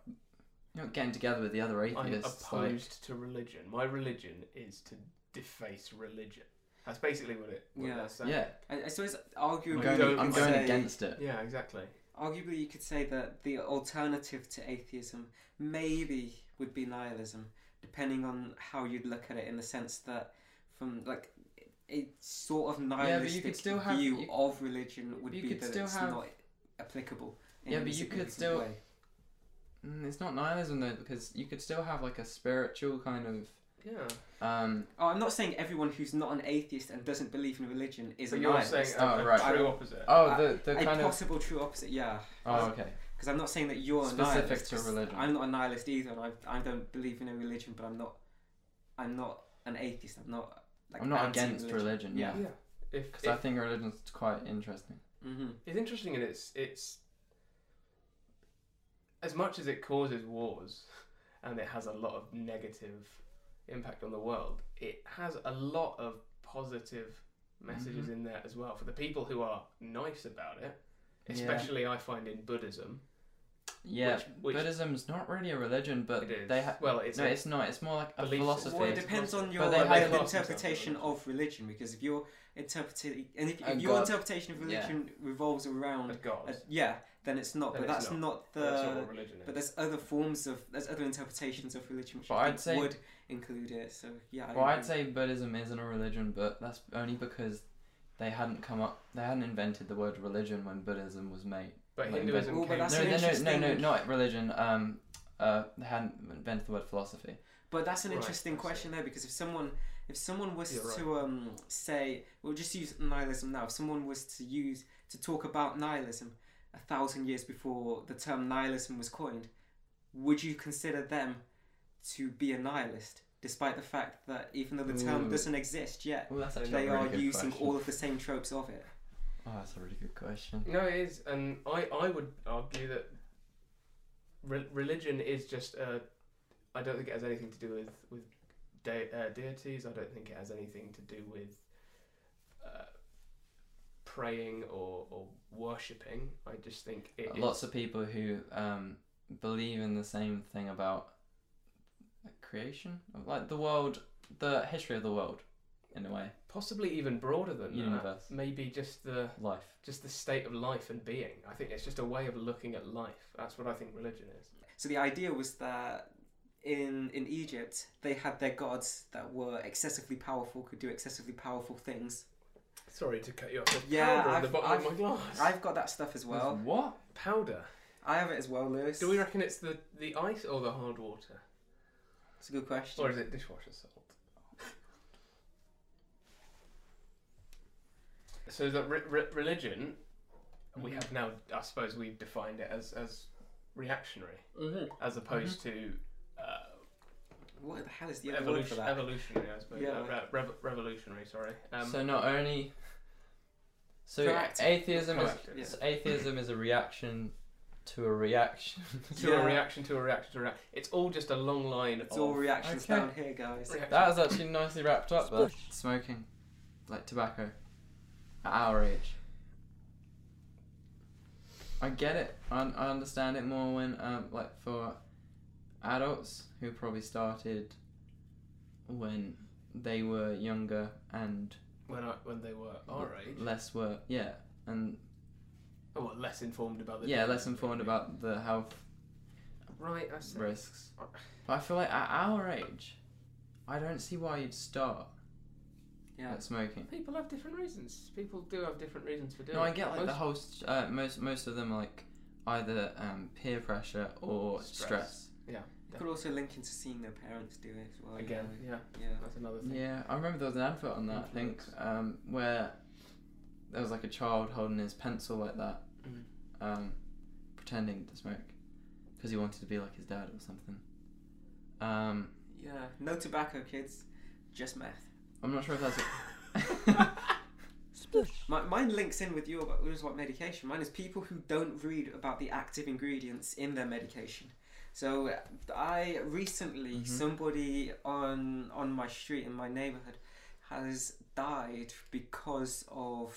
Speaker 2: You're not getting together with the other
Speaker 1: I'm
Speaker 2: atheists. like-
Speaker 1: opposed to religion my religion is to deface religion that's basically what it what
Speaker 3: Yeah.
Speaker 1: that's saying.
Speaker 2: yeah,
Speaker 3: I, I suppose
Speaker 2: I'm
Speaker 3: arguably,
Speaker 1: don't-
Speaker 2: going,
Speaker 3: you
Speaker 2: I'm
Speaker 3: could
Speaker 2: going
Speaker 3: say,
Speaker 2: against it.
Speaker 1: yeah exactly
Speaker 3: Arguably, you could say that the alternative to atheism maybe would be nihilism, depending on how you'd look at it. In the sense that, from like a sort of
Speaker 2: but you
Speaker 3: nihilistic
Speaker 2: could still have-
Speaker 3: view
Speaker 2: you-
Speaker 3: of religion would
Speaker 2: you
Speaker 3: be
Speaker 2: could
Speaker 3: that
Speaker 2: still
Speaker 3: it's
Speaker 2: have-
Speaker 3: not applicable. In
Speaker 2: Yeah, but
Speaker 3: any
Speaker 2: you could
Speaker 3: significant
Speaker 2: still-
Speaker 3: way.
Speaker 2: Mm, It's not nihilism though, because you could still have like a spiritual kind of.
Speaker 1: yeah
Speaker 2: Um,
Speaker 3: Oh, I'm not saying everyone who's not an atheist and doesn't believe in religion is
Speaker 1: but
Speaker 3: a
Speaker 1: you're
Speaker 3: nihilist.
Speaker 1: saying a,
Speaker 2: Oh,
Speaker 1: a
Speaker 2: right.
Speaker 1: true opposite
Speaker 2: oh,
Speaker 3: I-
Speaker 2: the the
Speaker 3: Uh, a
Speaker 2: kind of.
Speaker 3: possible true opposite, yeah.
Speaker 2: Oh, okay.
Speaker 3: Because I'm not saying that you're
Speaker 2: Specific
Speaker 3: a nihilist.
Speaker 2: to
Speaker 3: 'cause
Speaker 2: religion.
Speaker 3: I'm not a nihilist either, and I, I don't believe in a religion, but I'm not I'm not an atheist. I'm not like
Speaker 2: I'm not against
Speaker 3: anti-religion.
Speaker 2: religion. Yeah.
Speaker 1: yeah if,
Speaker 2: Because
Speaker 1: if
Speaker 2: I think religion's quite interesting.
Speaker 3: Mhm.
Speaker 1: it's interesting and it's it's as much as it causes wars and it has a lot of negative impact on the world it has a lot of positive messages
Speaker 2: Mhm.
Speaker 1: in there as well for the people who are nice about it
Speaker 2: Yeah.
Speaker 1: especially i find in buddhism
Speaker 2: Yeah,
Speaker 1: Which- which-
Speaker 2: Buddhism's not really a religion, but
Speaker 1: it is
Speaker 2: they have.
Speaker 1: well it's
Speaker 2: No,
Speaker 1: a-
Speaker 2: it's not. It's more like a
Speaker 1: Belief system.
Speaker 2: philosophy.
Speaker 3: Well, it
Speaker 1: it's
Speaker 3: depends on
Speaker 1: possible.
Speaker 3: your
Speaker 2: But they have
Speaker 3: level of
Speaker 1: lots of
Speaker 3: interpretation
Speaker 1: stuff, don't
Speaker 3: of religion, because if your interpretation and if,
Speaker 2: A
Speaker 3: if your
Speaker 2: god.
Speaker 3: interpretation of
Speaker 2: Yeah.
Speaker 3: religion revolves around,
Speaker 1: a god
Speaker 3: a, yeah, then it's not.
Speaker 1: Then
Speaker 3: but
Speaker 1: it's
Speaker 3: that's not, the.
Speaker 1: that's not what religion is
Speaker 3: but there's other forms of there's other interpretations of religion which
Speaker 2: But
Speaker 3: I
Speaker 2: I'd
Speaker 3: think
Speaker 2: say-
Speaker 3: would include it. So yeah, I
Speaker 2: Well, I'd
Speaker 3: agree.
Speaker 2: say Buddhism isn't a religion, but that's only because they hadn't come up. They hadn't invented the word religion when Buddhism was made.
Speaker 1: But
Speaker 2: Like, but-
Speaker 1: Hinduism
Speaker 3: Well, but
Speaker 1: came.
Speaker 3: that's
Speaker 2: no,
Speaker 3: an
Speaker 2: no, no, no,
Speaker 3: interesting-
Speaker 2: no, not religion. Um, uh, hadn't invented the word philosophy.
Speaker 3: But that's an
Speaker 1: Right,
Speaker 3: interesting
Speaker 1: that's it.
Speaker 3: question though, because if someone if someone was
Speaker 1: You're right.
Speaker 3: to um, say, we'll just use nihilism now. If someone was to use to talk about nihilism a thousand years before the term nihilism was coined, would you consider them to be a nihilist, despite the fact that even though the term
Speaker 2: Ooh.
Speaker 3: doesn't exist yet,
Speaker 2: Well, Mm. that's actually
Speaker 3: they
Speaker 2: a really
Speaker 3: are
Speaker 2: good
Speaker 3: using
Speaker 2: question.
Speaker 3: all of the same tropes of it?
Speaker 2: Oh, that's a really good question.
Speaker 1: No, it is, and I, I would argue that re- religion is just. Uh, I don't think it has anything to do with with de- uh, deities. I don't think it has anything to do with uh, praying or or worshipping. I just think it is
Speaker 2: Lots of people who um, believe in the same thing about like, creation, like the world, the history of the world, in a way,
Speaker 1: possibly even broader than that.
Speaker 2: universe,
Speaker 1: Maybe just the
Speaker 2: life.
Speaker 1: just the state of life and being. I think it's just a way of looking at life. That's what I think religion is.
Speaker 3: So the idea was that in in Egypt they had their gods that were excessively powerful, could do excessively powerful things.
Speaker 1: Sorry to cut you off. There's
Speaker 3: Yeah,
Speaker 1: powder at
Speaker 3: I've-
Speaker 1: the bottom
Speaker 3: I've-
Speaker 1: of my glass.
Speaker 3: I've got that stuff as well.
Speaker 2: what?
Speaker 1: Powder.
Speaker 3: I have it as well, Lewis.
Speaker 1: Do we reckon it's the, the ice or the hard water?
Speaker 3: It's a good question.
Speaker 1: Or is it dishwasher salt? so that re- re- religion, we have now, I suppose we've defined it as, as reactionary, as opposed to uh,
Speaker 3: What the hell is the other word for
Speaker 1: evolution,
Speaker 3: that?
Speaker 1: evolutionary, I suppose.
Speaker 3: Yeah.
Speaker 1: Uh, re- rev revolutionary, sorry. Um,
Speaker 2: so not only. So
Speaker 3: Correct.
Speaker 2: atheism is
Speaker 1: proactive.
Speaker 3: yeah.
Speaker 2: so atheism is a reaction to a reaction.
Speaker 1: to
Speaker 3: Yeah.
Speaker 1: a reaction, to a reaction, to a reaction. It's all just a long line
Speaker 3: It's
Speaker 1: of
Speaker 3: all reactions
Speaker 2: Okay.
Speaker 3: down here, guys.
Speaker 1: reaction.
Speaker 2: that is actually nicely wrapped up. There. Smoking, like tobacco, at our age. I get it. I, I understand it more when um like for adults who probably started when they were younger and
Speaker 1: when I, when they were our age.
Speaker 2: less were yeah and
Speaker 1: Oh, what, less informed about the
Speaker 2: yeah less informed about the health
Speaker 1: Right, I see.
Speaker 2: risks. But I feel like at our age, I don't see why you'd start
Speaker 3: Yeah.
Speaker 2: at smoking.
Speaker 1: People have different reasons. People do have different reasons for doing.
Speaker 2: No, I
Speaker 1: it.
Speaker 2: get like the
Speaker 1: Most-
Speaker 2: whole st- uh, most most of them are like either um, peer pressure or stress.
Speaker 1: Stress.
Speaker 3: You could also link into seeing their parents do it as well. you
Speaker 1: again.
Speaker 3: know.
Speaker 1: Yeah,
Speaker 3: Yeah.
Speaker 1: that's another thing.
Speaker 2: Yeah, I remember there was an advert on that I think um, where there was like a child holding his pencil like that,
Speaker 1: Mm.
Speaker 2: um, pretending to smoke because he wanted to be like his dad or something. Um,
Speaker 3: Yeah. No tobacco, kids. Just meth.
Speaker 2: I'm not sure if that's.
Speaker 3: My, mine links in with your about, yours about medication. Mine is people who don't read about the active ingredients in their medication. So I recently
Speaker 2: Mhm.
Speaker 3: somebody on on my street in my neighborhood has died because of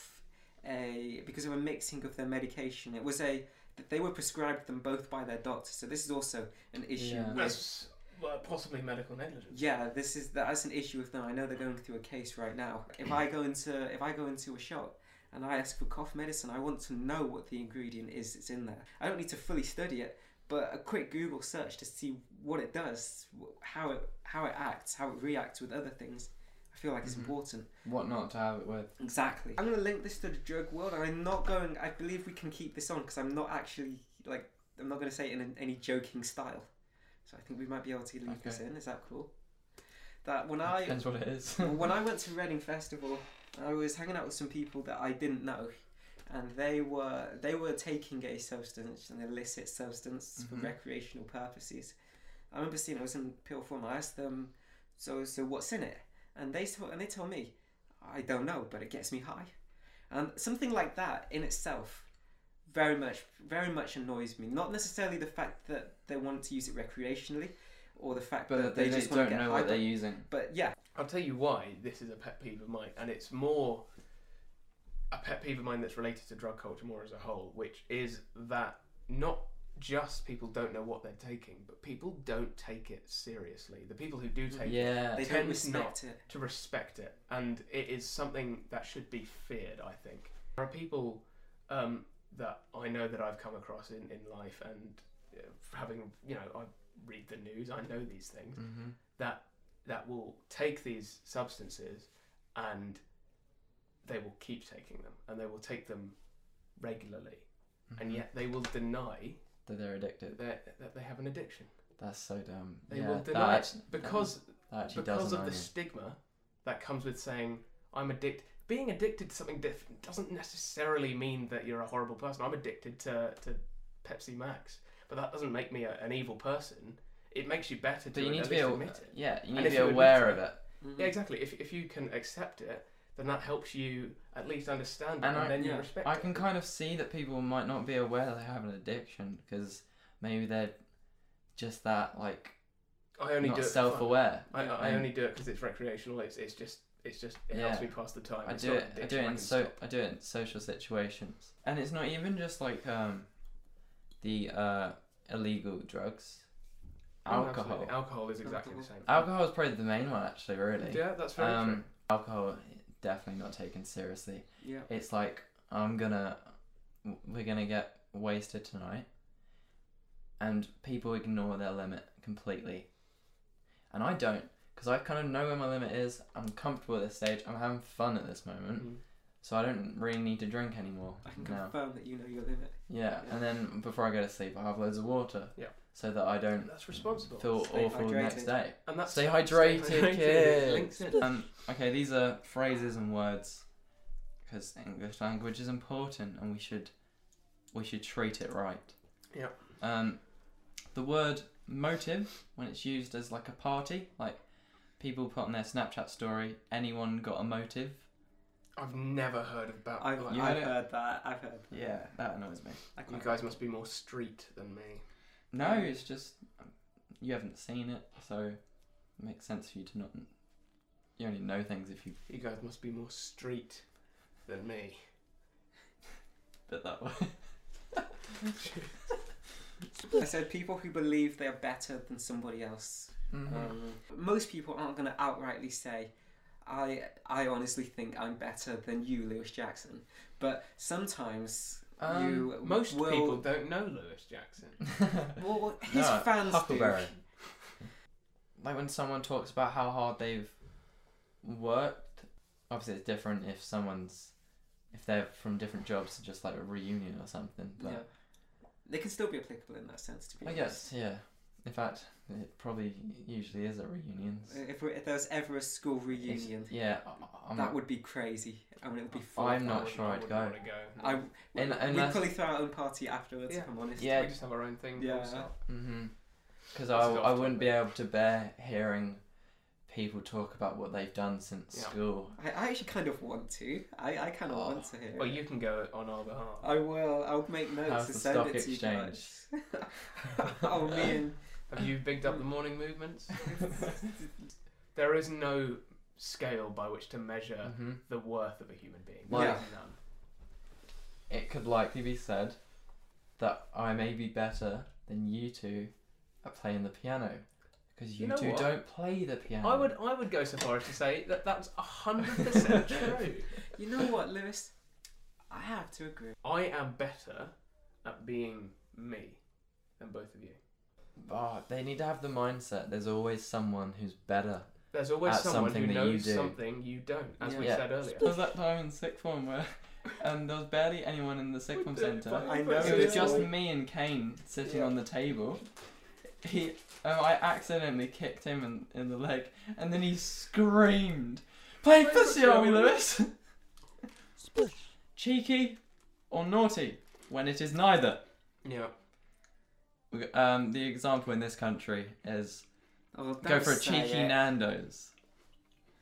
Speaker 3: a because of a mixing of their medication. It was a that they were prescribed them both by their doctor. So this is also an issue.
Speaker 2: Yeah.
Speaker 3: With,
Speaker 1: That's well, possibly medical negligence.
Speaker 3: yeah, this is that's an issue with them. I know they're going through a case right now. If I go into if I go into a shop and I ask for cough medicine, I want to know what the ingredient is that's in there. I don't need to fully study it, but a quick Google search to see what it does, wh- how it how it acts, how it reacts with other things. I feel like it's
Speaker 2: Mhm.
Speaker 3: important.
Speaker 2: what not to have it with.
Speaker 3: Exactly. I'm gonna link this to the drug world, and I'm not going. I believe we can keep this on because I'm not actually like I'm not gonna say it in an- any joking style. So I think we might be able to leave this in. Is that cool? That when I
Speaker 2: Depends what it is.
Speaker 3: well, when I went to Reading Festival, I was hanging out with some people that I didn't know, and they were they were taking a substance, an illicit substance
Speaker 2: Mhm.
Speaker 3: for recreational purposes. I remember seeing it was in pill form. I asked them, "So, so what's in it?" And they told, and they told me, "I don't know, but it gets me high." And something like that in itself very much very much annoys me. Not necessarily the fact that they wanted to use it recreationally, or the fact
Speaker 2: but
Speaker 3: that
Speaker 2: they,
Speaker 3: they,
Speaker 2: they
Speaker 3: just want
Speaker 2: don't
Speaker 3: to get
Speaker 2: know
Speaker 3: high.
Speaker 2: what they're using.
Speaker 3: but yeah,
Speaker 1: I'll tell you why this is a pet peeve of mine, and it's more a pet peeve of mine that's related to drug culture more as a whole, which is that not just people don't know what they're taking, but people don't take it seriously. The people who do take it
Speaker 2: Yeah.
Speaker 3: they
Speaker 1: tend
Speaker 3: don't respect it.
Speaker 1: to respect it, and it is something that should be feared. I think there are people um, that I know that I've come across in, in life, and uh, having you know, I read the news, I know these things
Speaker 2: mm-hmm.
Speaker 1: that that will take these substances, and they will keep taking them, and they will take them regularly, and yet they will deny
Speaker 2: Mm-hmm. that they're
Speaker 1: that,
Speaker 2: addicted.
Speaker 1: they're- that they have an addiction.
Speaker 2: That's so dumb.
Speaker 1: They
Speaker 2: yeah,
Speaker 1: will
Speaker 2: that
Speaker 1: deny it
Speaker 2: act-
Speaker 1: because
Speaker 2: that actually
Speaker 1: because
Speaker 2: does
Speaker 1: of
Speaker 2: annoy
Speaker 1: the
Speaker 2: me.
Speaker 1: stigma that comes with saying I'm addicted. Being addicted to something different doesn't necessarily mean that you're a horrible person. I'm addicted to, to Pepsi Max, but that doesn't make me a, an evil person. It makes you better to
Speaker 2: But you need
Speaker 1: at
Speaker 2: to be
Speaker 1: least
Speaker 2: aw-
Speaker 1: admit it.
Speaker 2: yeah, you
Speaker 1: And
Speaker 2: need to
Speaker 1: if
Speaker 2: be
Speaker 1: you admit
Speaker 2: aware
Speaker 1: it-
Speaker 2: of it.
Speaker 3: Mm-hmm.
Speaker 1: Yeah, exactly. If, if you can accept it, then that helps you at least understand it,
Speaker 2: And
Speaker 1: and,
Speaker 2: I-
Speaker 1: then you
Speaker 3: yeah,
Speaker 1: respect
Speaker 2: I
Speaker 1: it.
Speaker 2: can kind of see that people might not be aware they have an addiction because maybe they're just that like
Speaker 1: I only
Speaker 2: not
Speaker 1: do it for fun.
Speaker 2: self-aware.
Speaker 1: I, I
Speaker 2: Yeah.
Speaker 1: only do it because it's recreational. It's, it's just it's just it
Speaker 2: Yeah.
Speaker 1: helps me pass the time.
Speaker 2: I
Speaker 1: It's
Speaker 2: do
Speaker 1: not
Speaker 2: it. I do
Speaker 1: addiction.
Speaker 2: it in
Speaker 1: can
Speaker 2: so.
Speaker 1: stop.
Speaker 2: I do it in social situations, and it's not even just like um, the uh, illegal drugs,
Speaker 1: Oh,
Speaker 2: alcohol.
Speaker 1: absolutely. Alcohol is exactly the same. thing.
Speaker 2: Alcohol is probably the main one, actually. Really.
Speaker 1: Yeah, that's very
Speaker 2: Um, alcohol definitely not taken seriously.
Speaker 3: Yeah.
Speaker 2: It's like I'm gonna, we're gonna get wasted tonight, and people ignore their limit completely, and I don't because I kind of know where my limit is. I'm comfortable at this stage. I'm having fun at this moment.
Speaker 1: true.
Speaker 3: Mm.
Speaker 2: so I don't really need to drink anymore
Speaker 3: I can
Speaker 2: now.
Speaker 3: confirm that you know your limit.
Speaker 2: Yeah,
Speaker 3: Yeah.
Speaker 2: and then before I go to sleep, I have loads of water.
Speaker 1: Yeah.
Speaker 2: So that I
Speaker 1: Mm.
Speaker 2: don't
Speaker 1: That's responsible.
Speaker 2: feel
Speaker 3: Stay
Speaker 2: awful the
Speaker 3: hydrated.
Speaker 2: next day.
Speaker 1: and that's
Speaker 2: Stay hydrated,
Speaker 1: hydrated.
Speaker 2: kids.
Speaker 1: Links in.
Speaker 2: Um, okay, these are phrases and words because English language is important and we should we should treat it right.
Speaker 1: Yeah.
Speaker 2: Um, the word motive when it's used as like a party, like people put on their Snapchat story, anyone got a motive.
Speaker 1: I've never heard of that.
Speaker 3: I've,
Speaker 1: Like,
Speaker 2: you
Speaker 3: I've
Speaker 2: had it?
Speaker 3: heard that. I've heard. That.
Speaker 2: Yeah, that annoys me.
Speaker 3: I
Speaker 1: you
Speaker 3: can't-
Speaker 1: guys must be more street than me.
Speaker 2: No, it's just um, you haven't seen it, so it makes sense for you to not. You only know things if you
Speaker 1: You guys must be more street than me.
Speaker 2: put that way.
Speaker 3: I said people who believe they are better than somebody else.
Speaker 2: Mm-hmm.
Speaker 3: Um, most people aren't going to outrightly say, "I I honestly think I'm better than you, Lewis Jackson." But sometimes
Speaker 2: Um,
Speaker 3: you
Speaker 1: Most
Speaker 3: will,
Speaker 1: people don't know Lewis Jackson.
Speaker 3: Well, his
Speaker 2: No,
Speaker 3: fans
Speaker 2: Huckleberry.
Speaker 3: do.
Speaker 2: like when someone talks about how hard they've worked, obviously it's different if someone's if they're from different jobs, just like a reunion or something. But
Speaker 3: Yeah. They can still be applicable in that sense, to be
Speaker 2: I
Speaker 3: honest.
Speaker 2: guess yeah. In fact, it probably usually is at reunions.
Speaker 3: If, we- if there was ever a school
Speaker 2: It's-
Speaker 3: reunion,
Speaker 2: yeah, I- I'm
Speaker 3: that
Speaker 2: not,
Speaker 3: would be crazy. I mean, it would be full.
Speaker 2: I'm
Speaker 3: of
Speaker 2: not
Speaker 1: I
Speaker 3: that.
Speaker 2: sure I'd
Speaker 1: wouldn't-
Speaker 2: go.
Speaker 1: I wouldn't wanna
Speaker 3: I,
Speaker 1: go.
Speaker 2: And-
Speaker 3: we'd
Speaker 2: unless-
Speaker 3: probably throw our own party afterwards, if
Speaker 1: Yeah.
Speaker 3: I'm honest.
Speaker 2: Yeah.
Speaker 1: We just have our own thing.
Speaker 3: Yeah.
Speaker 1: also.
Speaker 2: Mm-hmm. Because
Speaker 1: This
Speaker 2: I,
Speaker 1: is off
Speaker 2: I wouldn't
Speaker 1: topic.
Speaker 2: be able to bear hearing people talk about what they've done since
Speaker 1: Yeah.
Speaker 2: school.
Speaker 3: I, I actually kind of want to. I, I kind of
Speaker 2: Oh.
Speaker 3: want to hear.
Speaker 1: Well,
Speaker 3: it.
Speaker 1: you can go on our behalf.
Speaker 3: I will. I'll make notes
Speaker 2: How's
Speaker 3: and
Speaker 2: the
Speaker 3: send
Speaker 2: stock
Speaker 3: it to
Speaker 2: exchange?
Speaker 3: you guys. oh, me and
Speaker 1: Have you bigged up the morning movements? there is no scale by which to measure
Speaker 2: hmm
Speaker 1: the worth of a human being.
Speaker 2: Like-
Speaker 1: There is none.
Speaker 2: It could likely be said that I may be better than you two at playing the piano because you,
Speaker 1: You know
Speaker 2: two
Speaker 1: what?
Speaker 2: don't play the piano.
Speaker 1: I would I would go so far as to say that that's hundred percent true.
Speaker 3: you know what, Lewis? I have to agree.
Speaker 1: I am better at being me than both of you.
Speaker 2: Oh, they need to have the mindset. There's always someone who's better.
Speaker 1: There's always
Speaker 2: At
Speaker 1: someone
Speaker 2: something
Speaker 1: who
Speaker 2: that you
Speaker 1: knows
Speaker 2: do.
Speaker 1: something you don't, as we
Speaker 2: Yeah.
Speaker 1: said earlier.
Speaker 2: There was that time in sixth form where um, there was barely anyone in the sixth form centre.
Speaker 3: I know.
Speaker 2: It was
Speaker 3: Yeah.
Speaker 2: just me and Kane sitting
Speaker 1: Yeah.
Speaker 2: on the table. He, um, I accidentally kicked him in, in the leg, and then he screamed, "Play
Speaker 1: Play
Speaker 2: pussy,
Speaker 1: pussy,
Speaker 2: are we,
Speaker 1: are we?"
Speaker 2: Lewis?" Cheeky or naughty? When it is neither.
Speaker 1: Yeah.
Speaker 2: We- Um, the example in this country is
Speaker 3: Oh,
Speaker 2: go
Speaker 3: don't
Speaker 2: for a
Speaker 3: say
Speaker 2: cheeky
Speaker 3: it.
Speaker 2: Nando's.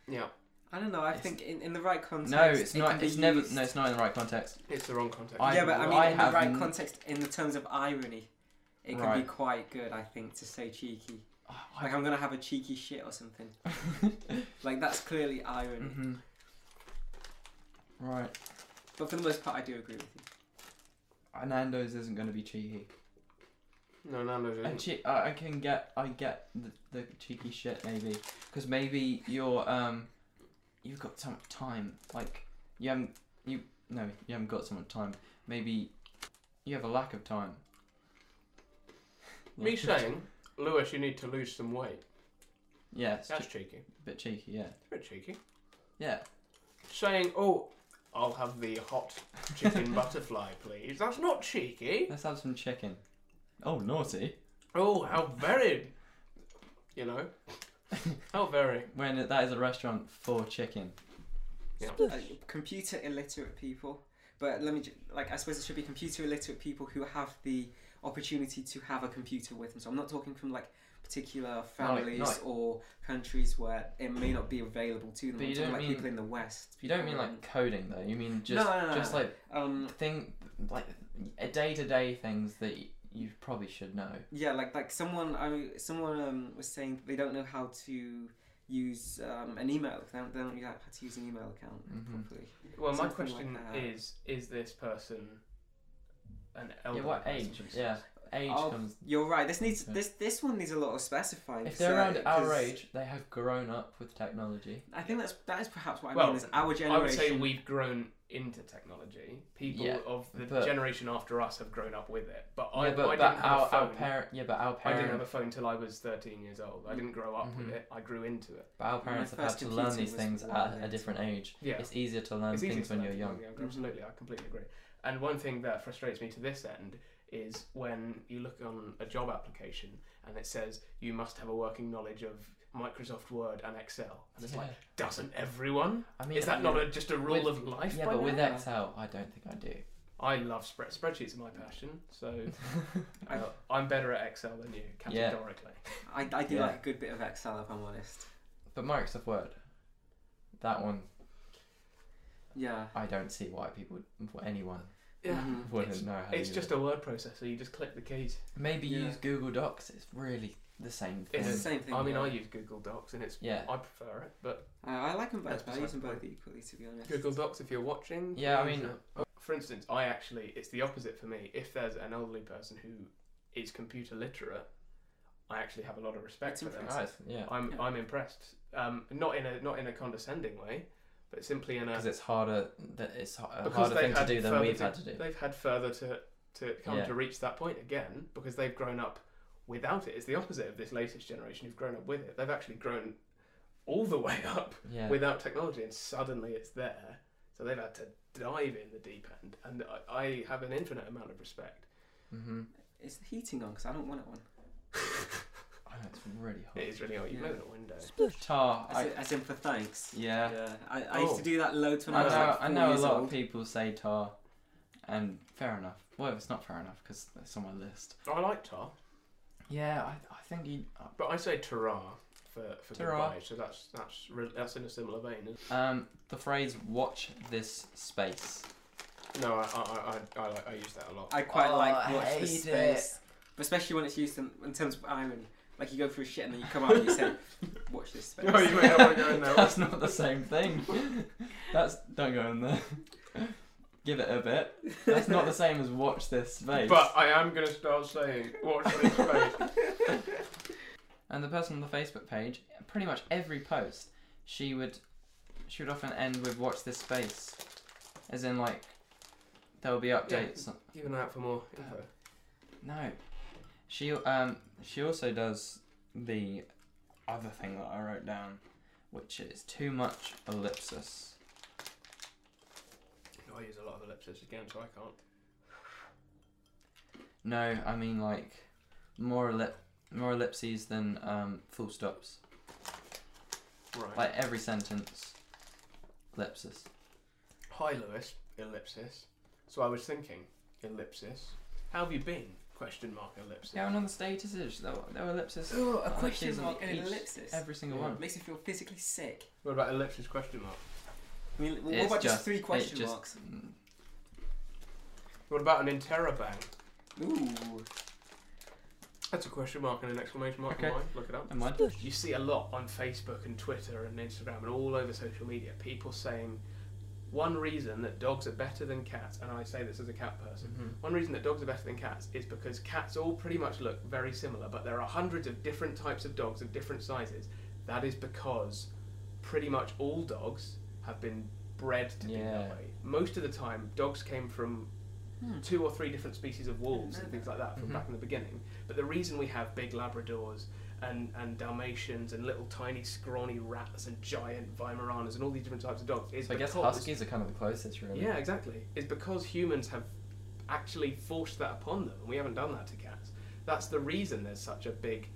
Speaker 1: Yeah.
Speaker 3: I don't know. I
Speaker 2: It's-
Speaker 3: think in, in the right context.
Speaker 2: No, it's
Speaker 3: it can
Speaker 2: not.
Speaker 3: be
Speaker 2: It's never.
Speaker 3: used.
Speaker 2: No, it's not in the right context.
Speaker 1: It's the wrong context.
Speaker 2: I-
Speaker 3: yeah, but I mean,
Speaker 2: I
Speaker 3: in the
Speaker 2: have
Speaker 3: right
Speaker 2: n-
Speaker 3: context, in the terms of irony, it can be
Speaker 2: Right.
Speaker 3: quite good. I think to say cheeky.
Speaker 2: Oh,
Speaker 3: Like I'm gonna have a cheeky shit or something. Like that's clearly irony.
Speaker 2: hmm Right.
Speaker 3: But for the most part, I do agree with you.
Speaker 2: Uh, Nando's isn't going to be cheeky.
Speaker 1: No, no, no.
Speaker 2: And che- I I can get, I get the, the cheeky shit maybe, because maybe you're um, you've got some time. Like you haven't, you no, you haven't got so much time. Maybe you have a lack of time.
Speaker 1: Me saying, Lewis, you need to lose some weight.
Speaker 2: Yeah, it's
Speaker 1: That's
Speaker 2: just
Speaker 1: cheeky.
Speaker 2: a bit cheeky. Yeah,
Speaker 1: It's a bit cheeky.
Speaker 2: yeah.
Speaker 1: Saying, oh, I'll have the hot chicken butterfly, please. That's not cheeky.
Speaker 2: Let's have some chicken. Oh, naughty.
Speaker 1: Oh, how varied. You know, how very.
Speaker 2: When that is a restaurant for chicken.
Speaker 3: Like, Uh, computer illiterate people. But let me ju- like I suppose it should be computer illiterate people who have the opportunity to have a computer with them. So I'm not talking from like particular families
Speaker 2: like-
Speaker 3: or countries where it may not be available to them.
Speaker 2: But
Speaker 3: I'm
Speaker 2: you
Speaker 3: talking
Speaker 2: don't
Speaker 3: like
Speaker 2: mean-
Speaker 3: people in the West.
Speaker 2: You don't mean like coding though. You mean just
Speaker 3: No, no, no,
Speaker 2: just
Speaker 3: no.
Speaker 2: like
Speaker 3: um
Speaker 2: thing like day to day things that y- you probably should know.
Speaker 3: Yeah, like like someone I someone um, was saying that they don't know how to use um, an email account. They don't know how to use an email account
Speaker 2: Mhm.
Speaker 3: properly.
Speaker 1: Well, my
Speaker 3: Something
Speaker 1: question
Speaker 3: like that.
Speaker 1: is: Is this person an elder?
Speaker 2: Yeah, what age? Yeah, age
Speaker 3: Oh,
Speaker 2: comes.
Speaker 3: You're right. This needs
Speaker 2: Okay.
Speaker 3: this this one needs a lot of specifying.
Speaker 2: If they're
Speaker 3: 'cause,
Speaker 2: around
Speaker 3: uh,
Speaker 2: our
Speaker 3: 'cause
Speaker 2: age, they have grown up with technology.
Speaker 3: I think that's that is perhaps what I
Speaker 1: Well,
Speaker 3: mean is our
Speaker 1: I would
Speaker 3: generation.
Speaker 1: say we've grown into technology. People
Speaker 2: Yeah,
Speaker 1: of the
Speaker 2: but-
Speaker 1: generation after us have grown up with it. But I,
Speaker 2: yeah, but,
Speaker 1: I
Speaker 2: but
Speaker 1: didn't have
Speaker 2: our,
Speaker 1: a
Speaker 2: our
Speaker 1: phone.
Speaker 2: parent. Yeah, but
Speaker 1: I
Speaker 2: our parents.
Speaker 1: didn't have a phone till I was 13 years old. I didn't grow up with
Speaker 2: Mhm.
Speaker 1: it. I grew into it.
Speaker 2: but our parents have had
Speaker 3: first
Speaker 2: to learn
Speaker 3: computer
Speaker 2: these
Speaker 3: was
Speaker 2: things at
Speaker 3: wired.
Speaker 2: a different age.
Speaker 1: Yeah.
Speaker 2: It's easier to learn
Speaker 1: It's easy
Speaker 2: things
Speaker 1: to
Speaker 2: when
Speaker 1: learn
Speaker 2: you're young.
Speaker 1: things when
Speaker 3: Mhm.
Speaker 1: Absolutely, I completely agree. And one thing that frustrates me to this end is when you look on a job application and it says you must have a working knowledge of Microsoft Word and Excel, and it's like,
Speaker 2: Yeah.
Speaker 1: doesn't everyone?
Speaker 2: I mean,
Speaker 1: is that
Speaker 2: yeah.
Speaker 1: not a, just a rule
Speaker 2: With-
Speaker 1: of life?
Speaker 2: Yeah,
Speaker 1: by
Speaker 2: but
Speaker 1: now?
Speaker 2: with
Speaker 3: now?
Speaker 2: Excel, I don't think I do.
Speaker 1: I love spread spreadsheets. Are my passion, so uh, I'm better at Excel than you,
Speaker 2: Yeah.
Speaker 1: categorically.
Speaker 3: I, I do
Speaker 2: Yeah.
Speaker 3: like a good bit of Excel if I'm honest.
Speaker 2: but Microsoft Word, that one,
Speaker 3: Yeah.
Speaker 2: I don't see why people, why anyone
Speaker 3: Mhm.
Speaker 2: wouldn't know how to
Speaker 1: Mm-hmm. It's
Speaker 2: use
Speaker 1: just
Speaker 2: it.
Speaker 1: a word processor. You just click the keys.
Speaker 2: Maybe
Speaker 3: Yeah.
Speaker 2: use Google Docs. It's really the same thing.
Speaker 1: It's
Speaker 3: It's the
Speaker 1: Mm.
Speaker 3: same thing. uh,
Speaker 1: I mean,
Speaker 3: yeah.
Speaker 1: I use Google Docs, and it's
Speaker 2: Yeah.
Speaker 1: I prefer it. But
Speaker 3: I, I like them both.
Speaker 1: That's
Speaker 3: I use them
Speaker 1: beside the
Speaker 3: both equally, to be honest.
Speaker 1: Google Docs, if you're watching,
Speaker 2: Yeah, I
Speaker 1: please,
Speaker 2: mean-
Speaker 1: uh, for instance, I actually it's the opposite for me. If there's an elderly person who is computer literate, I actually have a lot of respect
Speaker 3: That's
Speaker 1: for them.
Speaker 3: impressive.
Speaker 2: Nice, yeah.
Speaker 1: I'm
Speaker 3: Yeah.
Speaker 1: I'm impressed. Um, not in a not in a condescending way, but simply in a
Speaker 2: Because it's harder. That it's ho- a
Speaker 1: Because
Speaker 2: harder
Speaker 1: they've
Speaker 2: thing to
Speaker 1: had
Speaker 2: do than
Speaker 1: further
Speaker 2: we've
Speaker 1: to-
Speaker 2: had to do.
Speaker 1: they've had further to to come
Speaker 2: Yeah.
Speaker 1: to reach that point again because they've grown up without it. It's the opposite of this latest generation who've grown up with it. They've actually grown all the way up
Speaker 2: Yeah.
Speaker 1: without technology, and suddenly it's there. So they've had to dive in the deep end, and I, I have an infinite amount of respect.
Speaker 2: hmm
Speaker 3: Is the heating on? Because I don't want it on.
Speaker 2: I know it's really hard.
Speaker 1: It is really hard. You
Speaker 3: Yeah.
Speaker 1: live in a window.
Speaker 2: Tar.
Speaker 3: As,
Speaker 2: I,
Speaker 3: in, as in for thanks.
Speaker 2: yeah.
Speaker 3: Yeah, I, I used
Speaker 1: Oh.
Speaker 3: to do that loads
Speaker 2: I
Speaker 3: when I,
Speaker 2: know.
Speaker 3: was like four
Speaker 2: I know a
Speaker 3: years
Speaker 2: lot
Speaker 3: old.
Speaker 2: of people say tar, and fair enough. Well, it's not fair enough because it's on my list.
Speaker 1: I like tar,
Speaker 2: Yeah, I, I think you.
Speaker 1: but I say Tara for for
Speaker 2: Ta-ra.
Speaker 1: goodbye. So that's that's re- that's in a similar vein. isn't
Speaker 2: Um, the phrase "watch this space."
Speaker 1: it? No, I I, I, I, I, like- I use that a lot.
Speaker 3: I quite
Speaker 2: Oh,
Speaker 3: like
Speaker 2: I
Speaker 3: watch
Speaker 2: hate
Speaker 3: the
Speaker 2: it.
Speaker 3: space, but especially when it's used in, in terms of irony. Like you go through shit and then you come out and you say, "Watch this space."
Speaker 1: Oh, you may not want to go in there.
Speaker 2: That's not the same thing. That's don't go in there. Give it a bit. That's not the same as watch this space.
Speaker 1: But I am going to start saying, watch this face.
Speaker 2: And the person on the Facebook page, pretty much every post, she would she would often end with watch this space. As in like there'll be updates.
Speaker 1: Keep an eye out for more info.
Speaker 2: No. She um she also does the other thing that I wrote down, which is too much ellipsis.
Speaker 1: I use a lot of ellipses again, so I can't.
Speaker 2: No, I mean like more ellip more ellipses than um full stops.
Speaker 1: Right.
Speaker 2: Like every sentence ellipsis.
Speaker 1: Hi, Lewis. Ellipsis. So I was thinking, ellipsis. How have you been? Question mark ellipsis.
Speaker 2: Yeah, and on the statuses there were, there were ellipsis
Speaker 3: Ooh, a
Speaker 2: Like
Speaker 3: question
Speaker 2: these on
Speaker 3: mark and an
Speaker 2: each-
Speaker 3: ellipsis.
Speaker 2: every single
Speaker 1: Yeah.
Speaker 2: one.
Speaker 3: Makes you feel physically sick.
Speaker 1: What about ellipsis question mark?
Speaker 3: I mean, what
Speaker 2: It's
Speaker 3: about just,
Speaker 2: just-
Speaker 3: three
Speaker 2: it
Speaker 3: question
Speaker 2: just-
Speaker 3: marks?
Speaker 2: Mm,
Speaker 1: What about an interrobang?
Speaker 3: Ooh,
Speaker 1: That's a question mark and an exclamation mark
Speaker 2: Okay.
Speaker 1: in mine. Look it up.
Speaker 2: Am I?
Speaker 1: You see a lot on Facebook and Twitter and Instagram and all over social media people saying one reason that dogs are better than cats, and I say this as a cat person, One reason that dogs are better than cats is because cats all pretty much look very similar, but there are hundreds of different types of dogs of different sizes. That is because pretty much all dogs have been bred to be that
Speaker 2: Yeah.
Speaker 1: way. Most of the time, dogs came from
Speaker 3: Hmm.
Speaker 1: two or three different species of wolves
Speaker 3: know
Speaker 1: and things like that from
Speaker 2: Mhm.
Speaker 1: back in the beginning. But the reason we have big Labradors and, and Dalmatians and little tiny scrawny rats and giant Weimaraners and all these different types of dogs is
Speaker 2: So I guess
Speaker 1: because-
Speaker 2: huskies are kind of the closest, really.
Speaker 1: Yeah, exactly. It's because humans have actually forced that upon them, and we haven't done that to cats. That's the reason there's such a big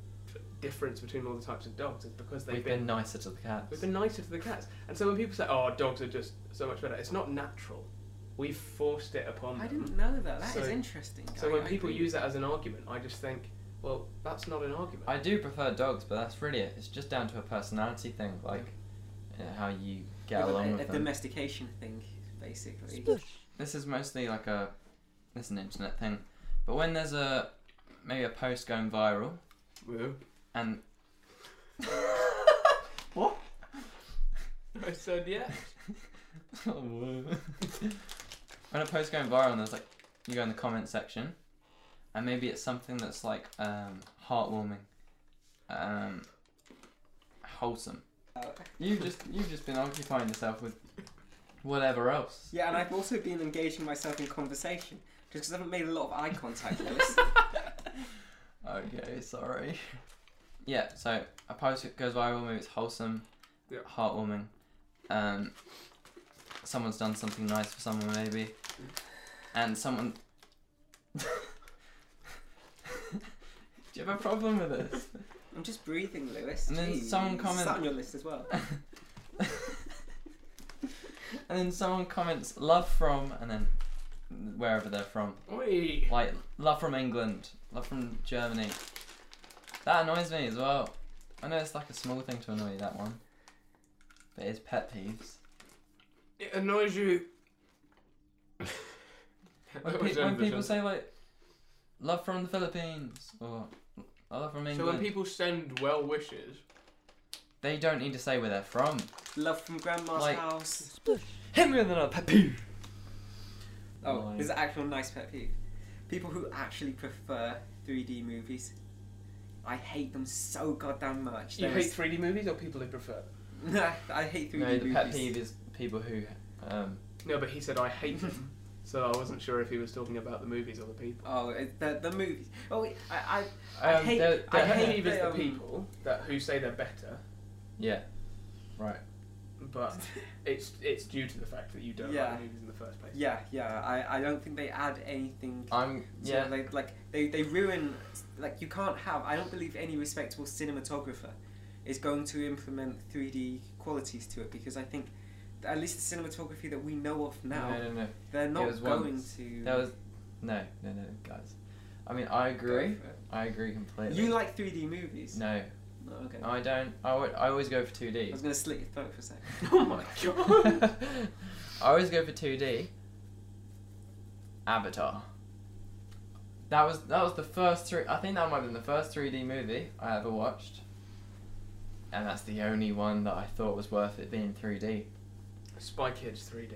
Speaker 1: difference between all the types of dogs. Is because they've
Speaker 2: We've been, nicer to the cats.
Speaker 1: We've been nicer to the cats. And so when people say, oh, dogs are just so much better, it's not natural. We've forced it upon
Speaker 3: I
Speaker 1: them.
Speaker 3: didn't know that. That is
Speaker 1: So-
Speaker 3: interesting.
Speaker 1: So
Speaker 3: I-
Speaker 1: when
Speaker 3: I
Speaker 1: people
Speaker 3: agree.
Speaker 1: use that as an argument, I just think, well, that's not an argument.
Speaker 2: I do prefer dogs, but that's really it. It's just down to a personality thing, like uh, how you get
Speaker 3: Yeah, but
Speaker 2: along
Speaker 3: a,
Speaker 2: with
Speaker 3: a
Speaker 2: them.
Speaker 3: domestication thing, basically.
Speaker 2: this is mostly like a it's an internet thing, but when there's a maybe a post going viral
Speaker 1: Woo.
Speaker 2: and
Speaker 1: I said yeah.
Speaker 2: Oh, whoa. when a post going viral and there's like you go in the comment section and maybe it's something that's like um, heartwarming um, wholesome
Speaker 3: Uh,
Speaker 2: you've just you've just been occupying yourself with whatever else
Speaker 3: yeah, and I've also been engaging myself in conversation just because I haven't made a lot of eye contact with this.
Speaker 2: okay sorry yeah so a post that goes viral maybe it's wholesome
Speaker 1: Yeah.
Speaker 2: heartwarming um, someone's done something nice for someone maybe and someone do you have a problem with this
Speaker 3: I'm just breathing, Lewis.
Speaker 2: And then someone
Speaker 3: Jeez. Is that
Speaker 2: comment-
Speaker 3: on your list as well?
Speaker 2: And then someone comments, love from, and then wherever they're from.
Speaker 1: Oi.
Speaker 2: Like, love from England, love from Germany. That annoys me as well. I know it's like a small thing to annoy you, that one. But it's pet peeves.
Speaker 1: It annoys you.
Speaker 2: When, pe- when people say, like, love from the Philippines, or "I love from
Speaker 1: so
Speaker 2: England,
Speaker 1: when people send well wishes,
Speaker 2: they don't need to say where they're from.
Speaker 3: Love from Grandma's
Speaker 2: Like-
Speaker 3: house.
Speaker 2: Hit me with another pet peeve!
Speaker 3: Oh,
Speaker 2: Like-
Speaker 3: there's an actual nice pet peeve. People who actually prefer 3D movies. I hate them so goddamn much.
Speaker 1: you
Speaker 3: There
Speaker 1: hate
Speaker 3: is-
Speaker 1: 3D movies or people who prefer. them?
Speaker 3: Nah, I hate 3D
Speaker 2: No, the
Speaker 3: movies.
Speaker 2: pet peeve is people who um,
Speaker 1: No, but he said I hate them, so I wasn't sure if he was talking about the movies or the people.
Speaker 3: Oh, it, the, the movies. Oh, I, I I
Speaker 2: um,
Speaker 3: hate-
Speaker 2: they're-
Speaker 1: I
Speaker 3: I
Speaker 2: they're-
Speaker 1: hate
Speaker 3: hate
Speaker 1: even
Speaker 3: the,
Speaker 1: the
Speaker 3: um,
Speaker 1: people that who say they're better,
Speaker 2: Yeah. Right.
Speaker 1: but it's it's due to the fact that you don't
Speaker 3: Yeah.
Speaker 1: like movies in the first place.
Speaker 3: Yeah, yeah. I, I don't think they add anything.
Speaker 2: I'm
Speaker 3: to-
Speaker 2: yeah.
Speaker 3: like like they, they ruin like you can't have. I don't believe any respectable cinematographer is going to implement three D qualities to it because I think at least the cinematography that we know of now
Speaker 2: No, no, no.
Speaker 3: they're not
Speaker 2: was
Speaker 3: going
Speaker 2: once.
Speaker 3: to.
Speaker 2: That was no, no, no, guys. I mean, I
Speaker 3: go
Speaker 2: agree.
Speaker 3: for it.
Speaker 2: I agree completely.
Speaker 3: You like three D movies?
Speaker 2: No, Oh,
Speaker 3: No, okay.
Speaker 2: I don't. I would. I always go for two
Speaker 3: I
Speaker 2: D.
Speaker 3: was gonna slit your throat for a second.
Speaker 1: Oh my god.
Speaker 2: I always go for two D. Avatar. That was that was the first three. I think that might have been the first three D movie I ever watched. And that's the only one that I thought was worth it being three D.
Speaker 1: Spy Kids 3D.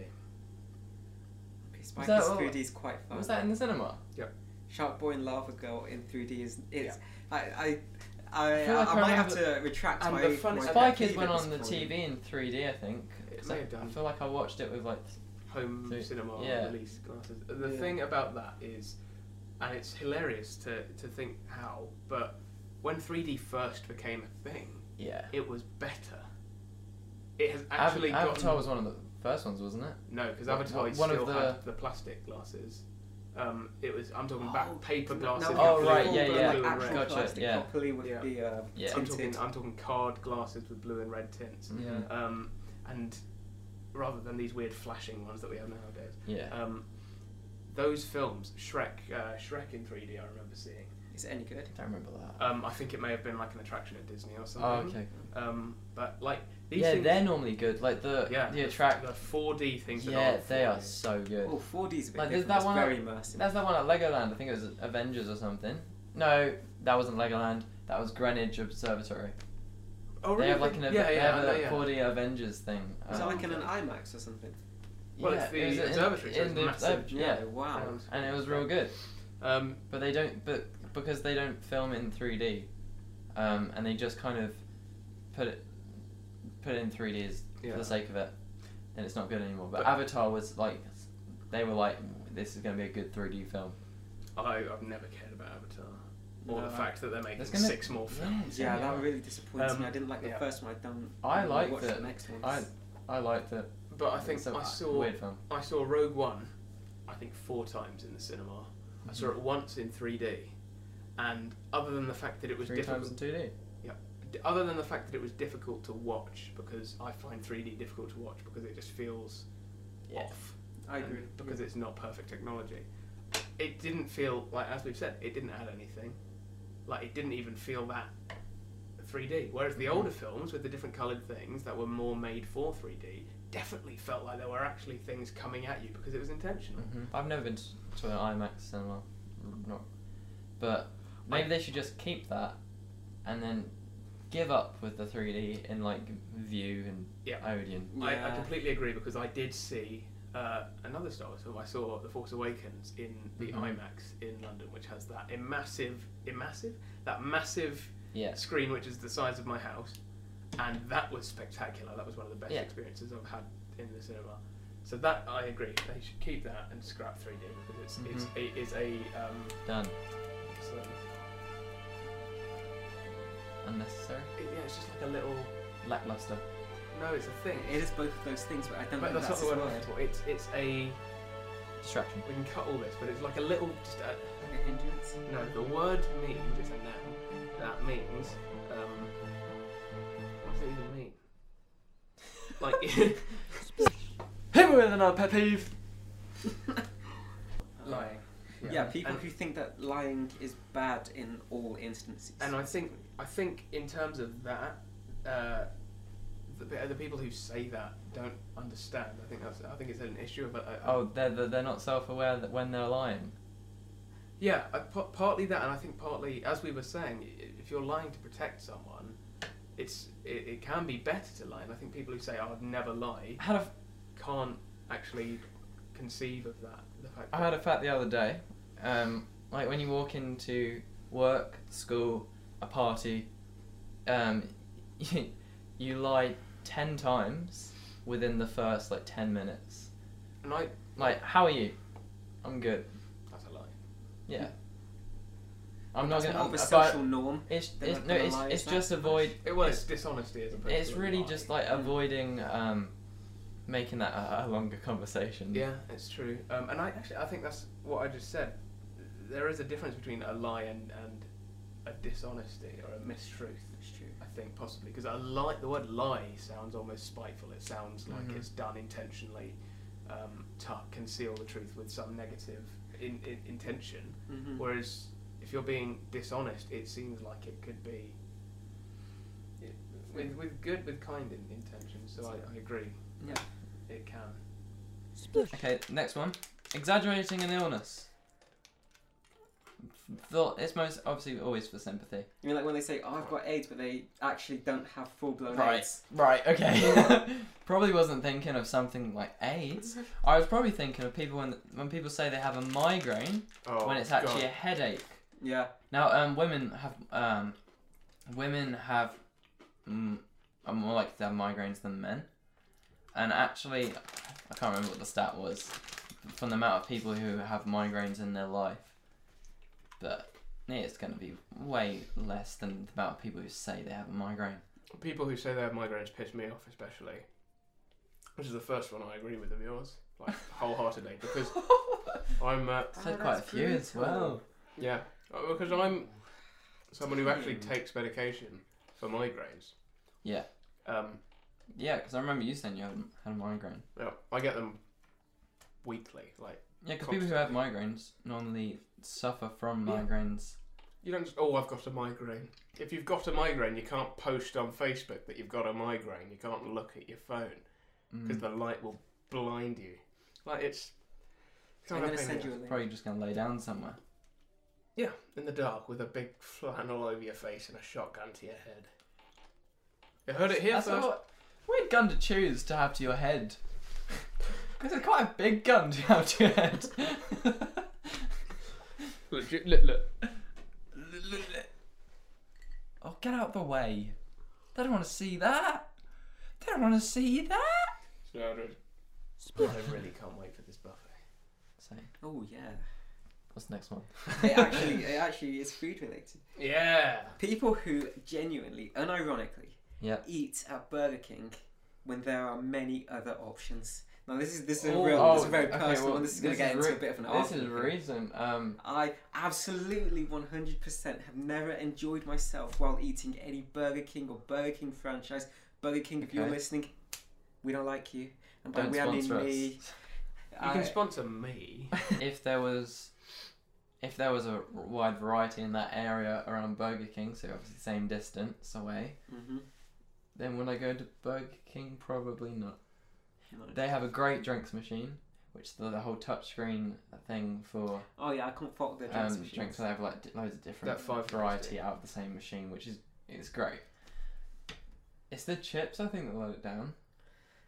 Speaker 3: Spike
Speaker 2: that
Speaker 3: is
Speaker 2: all-
Speaker 3: three D is quite fun.
Speaker 2: Was that in the cinema?
Speaker 3: Shark Boy and Lava Girl in 3D is
Speaker 1: Yeah.
Speaker 3: it's I I I,
Speaker 2: I feel like
Speaker 3: I
Speaker 2: I
Speaker 3: might have to retract
Speaker 1: and
Speaker 3: my.
Speaker 1: the fun-
Speaker 3: my
Speaker 1: and
Speaker 2: Spy
Speaker 3: pet
Speaker 2: Kids
Speaker 3: peeve
Speaker 2: went
Speaker 3: at this
Speaker 2: on the
Speaker 3: point.
Speaker 2: TV in 3D, I think.
Speaker 1: It
Speaker 2: So
Speaker 1: may have
Speaker 2: I
Speaker 1: done.
Speaker 2: feel like I watched it with like
Speaker 1: Home
Speaker 2: So-
Speaker 1: cinema
Speaker 2: yeah.
Speaker 1: release glasses. The
Speaker 3: Yeah.
Speaker 1: thing about that is, and it's hilarious to, to think how, but when 3D first became a thing,
Speaker 2: yeah.
Speaker 1: it was better. It has
Speaker 2: Av-
Speaker 1: actually
Speaker 2: Avatar
Speaker 1: gotten
Speaker 2: was one of the first ones, wasn't it?
Speaker 1: No, because
Speaker 2: One-
Speaker 1: Avatar
Speaker 2: one-
Speaker 1: is
Speaker 2: one
Speaker 1: still
Speaker 2: of the-
Speaker 1: had the plastic glasses. Um, it was I'm talking
Speaker 3: Oh,
Speaker 1: about paper
Speaker 3: No,
Speaker 1: glasses.
Speaker 3: we
Speaker 1: with
Speaker 2: Oh,
Speaker 3: have
Speaker 1: blue-
Speaker 2: right,
Speaker 3: full,
Speaker 2: yeah,
Speaker 1: blue
Speaker 3: but,
Speaker 2: yeah.
Speaker 1: and
Speaker 3: Like actual
Speaker 1: red.
Speaker 2: Gotcha,
Speaker 3: plastic
Speaker 2: yeah.
Speaker 3: properly with
Speaker 1: Yeah.
Speaker 3: the uh,
Speaker 2: Yeah.
Speaker 1: I'm
Speaker 3: tinted.
Speaker 1: talking I'm talking card glasses with blue and red tints.
Speaker 2: Yeah.
Speaker 1: Um, and rather than these weird flashing ones that we have nowadays.
Speaker 2: Yeah.
Speaker 1: Um, those films, Shrek, uh, Shrek in 3D, I remember seeing.
Speaker 3: Is it any good?
Speaker 2: I don't remember that.
Speaker 1: Um, I think it may have been like an attraction at Disney or something.
Speaker 2: oh, okay.
Speaker 1: Um, but like these
Speaker 2: Yeah,
Speaker 1: things,
Speaker 2: they're normally good. Like the
Speaker 1: yeah,
Speaker 2: the attract.
Speaker 1: the 4D things. that
Speaker 2: yeah,
Speaker 1: aren't
Speaker 2: they are
Speaker 1: 4D.
Speaker 2: so good.
Speaker 3: Oh, 4D's a bit
Speaker 2: Like, there's
Speaker 3: different.
Speaker 2: that
Speaker 3: it's
Speaker 2: one-
Speaker 3: very immersive.
Speaker 2: That's that one at Legoland. I think it was Avengers or something. No, that wasn't Legoland. That was Greenwich Observatory.
Speaker 1: Oh, really?
Speaker 2: They have like an ev-
Speaker 1: yeah,
Speaker 2: they
Speaker 1: yeah, I
Speaker 2: have
Speaker 1: know,
Speaker 2: a
Speaker 1: yeah.
Speaker 2: 4D Avengers thing.
Speaker 3: Is that
Speaker 2: Um,
Speaker 3: like
Speaker 1: Oh,
Speaker 3: in an IMAX or something?
Speaker 1: Well,
Speaker 2: yeah,
Speaker 1: it's the
Speaker 2: it was in-
Speaker 1: observatory, so
Speaker 2: in
Speaker 1: it's
Speaker 2: the
Speaker 1: massive.
Speaker 2: observ- yeah,
Speaker 3: Wow.
Speaker 2: and it was real good.
Speaker 1: Um,
Speaker 2: But they don't, but because they don't film in 3D, um, and they just kind of put it put it in 3D as,
Speaker 1: yeah.
Speaker 2: for the sake of it, then it's not good anymore. But,
Speaker 1: But-
Speaker 2: Avatar was like, they were like, this is gonna be a good 3D film.
Speaker 1: I, I've never cared about Avatar. or the
Speaker 2: No.
Speaker 1: fact that they're making
Speaker 2: There's gonna-
Speaker 1: six more films.
Speaker 3: Yeah, that really disappoints
Speaker 1: Um,
Speaker 3: me. I didn't like the
Speaker 1: yeah.
Speaker 3: first one. I don't.
Speaker 2: I
Speaker 3: wanna
Speaker 2: like
Speaker 3: watch
Speaker 2: that-
Speaker 3: the next one.
Speaker 2: I I liked it.
Speaker 1: But I think
Speaker 2: It's a
Speaker 1: I saw
Speaker 2: weird film.
Speaker 1: I saw Rogue One, I think four times in the cinema. I saw
Speaker 2: Mm-hmm.
Speaker 1: it once in 3D, and other than the fact that it was
Speaker 2: three
Speaker 1: difficult,
Speaker 2: times in two D.
Speaker 1: d- other than the fact that it was difficult to watch because I find 3D difficult to watch because it just feels off
Speaker 3: I agree.
Speaker 1: and Um, because it's not perfect technology. It didn't feel like as we've said, it didn't add anything. Like it didn't even feel that 3D. Whereas the
Speaker 2: Mhm.
Speaker 1: older films with the different coloured things that were more made for 3D definitely felt like there were actually things coming at you because it was intentional.
Speaker 2: Mm-hmm. I've never been to, to an IMAX cinema, not, but maybe they should just keep that, and then give up with the three D in like View and
Speaker 1: Yeah.
Speaker 2: Odeon.
Speaker 1: I, I
Speaker 3: Yeah.
Speaker 1: completely agree because I did see uh, another Star Wars film. I saw The Force Awakens in the
Speaker 2: Mhm.
Speaker 3: Mm-hmm.
Speaker 1: IMAX in London, which has that massive, massive, that massive
Speaker 2: Yeah.
Speaker 1: screen which is the size of my house, and that was spectacular. That was one of the best
Speaker 2: Yeah.
Speaker 1: experiences I've had in the cinema. So that I agree. They should keep that and scrap 3D because it's
Speaker 3: Mm-hmm.
Speaker 1: it's it is a um,
Speaker 2: Done.
Speaker 1: it's like,
Speaker 2: Unnecessary.
Speaker 1: it- yeah, it's just like a little
Speaker 2: Lackluster.
Speaker 1: no, it's a thing.
Speaker 3: It is both of those things, but I don't
Speaker 1: but
Speaker 3: think
Speaker 1: that's not
Speaker 3: that's,
Speaker 1: the word
Speaker 3: his
Speaker 1: I'm
Speaker 3: word.
Speaker 1: looking for. It's it's a
Speaker 2: Distraction.
Speaker 1: we can cut all this, but it's like a little just a,
Speaker 3: Like a hindrance.
Speaker 1: No, the word means is a noun. That means, um, what does it even mean? Like,
Speaker 2: Hit me with another pet peeve.
Speaker 1: Lying.
Speaker 3: Yeah, people
Speaker 1: And,
Speaker 3: who think that lying is bad in all instances.
Speaker 1: and I think, I think in terms of that, uh, the, pe- the people who say that don't understand. I think that's, I think it's an issue of uh, a, a-
Speaker 2: Oh, they're they're, they're not self-aware that when they're lying.
Speaker 1: Yeah, I, p- partly that, and I think partly, as we were saying, i- if you're lying to protect someone, it's it, it can be better to lie. And I think people who say, "Oh, "I'd never lie,"
Speaker 2: I had a
Speaker 1: can't actually conceive of that. The fact
Speaker 2: I
Speaker 1: that
Speaker 2: had a fact the other day. Um, like when you walk into work, school, a party, um, you, lie ten times within the first like ten minutes.
Speaker 1: and I
Speaker 2: Like, how are you? I'm good.
Speaker 1: that's a lie.
Speaker 2: Yeah. I'm not
Speaker 3: that's
Speaker 2: gonna.
Speaker 3: more
Speaker 2: I'm,
Speaker 3: of a
Speaker 2: but
Speaker 3: social norm.
Speaker 2: it's,
Speaker 3: than
Speaker 2: it's
Speaker 3: a-
Speaker 2: no,
Speaker 3: than a
Speaker 2: it's,
Speaker 3: lie,
Speaker 2: it's
Speaker 3: is that?
Speaker 2: just avoid.
Speaker 1: It well,
Speaker 2: it's-
Speaker 1: it's dishonesty as opposed
Speaker 2: It's
Speaker 1: to a
Speaker 2: really
Speaker 1: lie.
Speaker 2: just like
Speaker 3: Mm.
Speaker 2: avoiding um, making that a, a longer
Speaker 3: Mm.
Speaker 2: conversation.
Speaker 1: yeah, it's true. Um, and I actually I think that's what I just said. There is a difference between a lie and and a dishonesty or a mistruth.
Speaker 3: It's true.
Speaker 1: I think possibly because a lie the word lie sounds almost spiteful. It sounds like
Speaker 2: Mhm.
Speaker 3: Mm-hmm.
Speaker 1: it's done intentionally um, to conceal the truth with some negative in, in, intention.
Speaker 3: Mm-hmm.
Speaker 1: Whereas if you're being dishonest, it seems like it could be it, with with good with kind in, intentions. So I, I agree.
Speaker 3: Yeah.
Speaker 1: It can.
Speaker 2: Okay, next one. Exaggerating an illness. Thought it's most obviously always for sympathy.
Speaker 3: You mean like when they say, "Oh, I've got AIDS," but they actually don't have full blown
Speaker 2: Right.
Speaker 3: AIDS.
Speaker 2: Right. Okay. probably wasn't thinking of something like AIDS. I was probably thinking of people when when people say they have a migraine
Speaker 1: Oh,
Speaker 2: when it's actually a headache.
Speaker 3: Yeah.
Speaker 2: Now, um, women have um, women have mm, are more likely to have migraines than men, and actually, I can't remember what the stat was from the amount of people who have migraines in their life, but yeah, it's going to be way less than the amount of people who say they have a migraine.
Speaker 1: people who say they have migraines piss me off especially. Which is the first one I agree with of yours, like wholeheartedly, because I'm uh,
Speaker 2: I've had quite a few as well.
Speaker 1: yeah uh, because I'm someone who actually
Speaker 3: Damn.
Speaker 1: takes medication for migraines.
Speaker 2: Yeah.
Speaker 1: Um.
Speaker 2: Yeah, because I remember you saying you had, had a migraine.
Speaker 1: Yeah, I get them weekly. Like
Speaker 2: Yeah, because people who have migraines normally suffer from
Speaker 1: Yeah.
Speaker 2: migraines.
Speaker 1: You don't just, oh, I've got a migraine. If you've got a migraine, you can't post on Facebook that you've got a migraine. You can't look at your phone
Speaker 2: Mm.
Speaker 1: because the light will blind you. Like, it's. it's
Speaker 3: I'm
Speaker 1: kind of
Speaker 3: gonna
Speaker 1: a pain
Speaker 3: send
Speaker 1: in
Speaker 3: you a link.
Speaker 2: Probably just gonna lay down somewhere.
Speaker 1: the- Yeah, in the dark with a big flannel over your face and a shotgun to your head. You heard it here
Speaker 2: That's
Speaker 1: first.
Speaker 2: what- weird gun to choose to have to your head. Because it's quite a big gun to have to your head.
Speaker 1: Look, ju- look, look.
Speaker 2: oh, get out the way. They don't want to see that. They don't want to see that.
Speaker 1: I really can't wait for this buffet.
Speaker 2: So,
Speaker 3: Oh yeah.
Speaker 2: What's the next one?
Speaker 3: it actually, it actually is food related.
Speaker 1: Yeah.
Speaker 3: People who genuinely, unironically,
Speaker 2: Yep.
Speaker 3: eat at Burger King when there are many other options. Now this is this is a
Speaker 1: Oh,
Speaker 3: real,
Speaker 1: oh,
Speaker 3: this is a very
Speaker 2: okay,
Speaker 3: personal
Speaker 2: well,
Speaker 3: one. This is going to get into
Speaker 2: re-
Speaker 3: a bit of an
Speaker 2: This is
Speaker 3: argument here.
Speaker 2: recent. Um,
Speaker 3: I absolutely 100% have never enjoyed myself while eating any Burger King or Burger King franchise. Burger King, if you're
Speaker 2: Okay.
Speaker 3: listening, we don't like you. And by
Speaker 2: don't
Speaker 3: we, I mean
Speaker 2: sponsor
Speaker 3: me.
Speaker 2: us.
Speaker 1: You
Speaker 3: I-
Speaker 1: can sponsor me.
Speaker 2: if there was, if there was a wide variety in that area around Burger King, so obviously the same distance away,
Speaker 3: Mhm.
Speaker 2: then would I go to Burger King? Probably not.
Speaker 3: No.
Speaker 2: They have a great drinks machine, which the, the whole touchscreen thing for
Speaker 3: Oh yeah, I can't fault their drinks.
Speaker 2: um,
Speaker 3: machines.
Speaker 2: drinks. They have like di- loads of different
Speaker 1: That five
Speaker 2: variety
Speaker 1: thing.
Speaker 2: out of the same machine, which is it's great. It's the chips I think that let it down.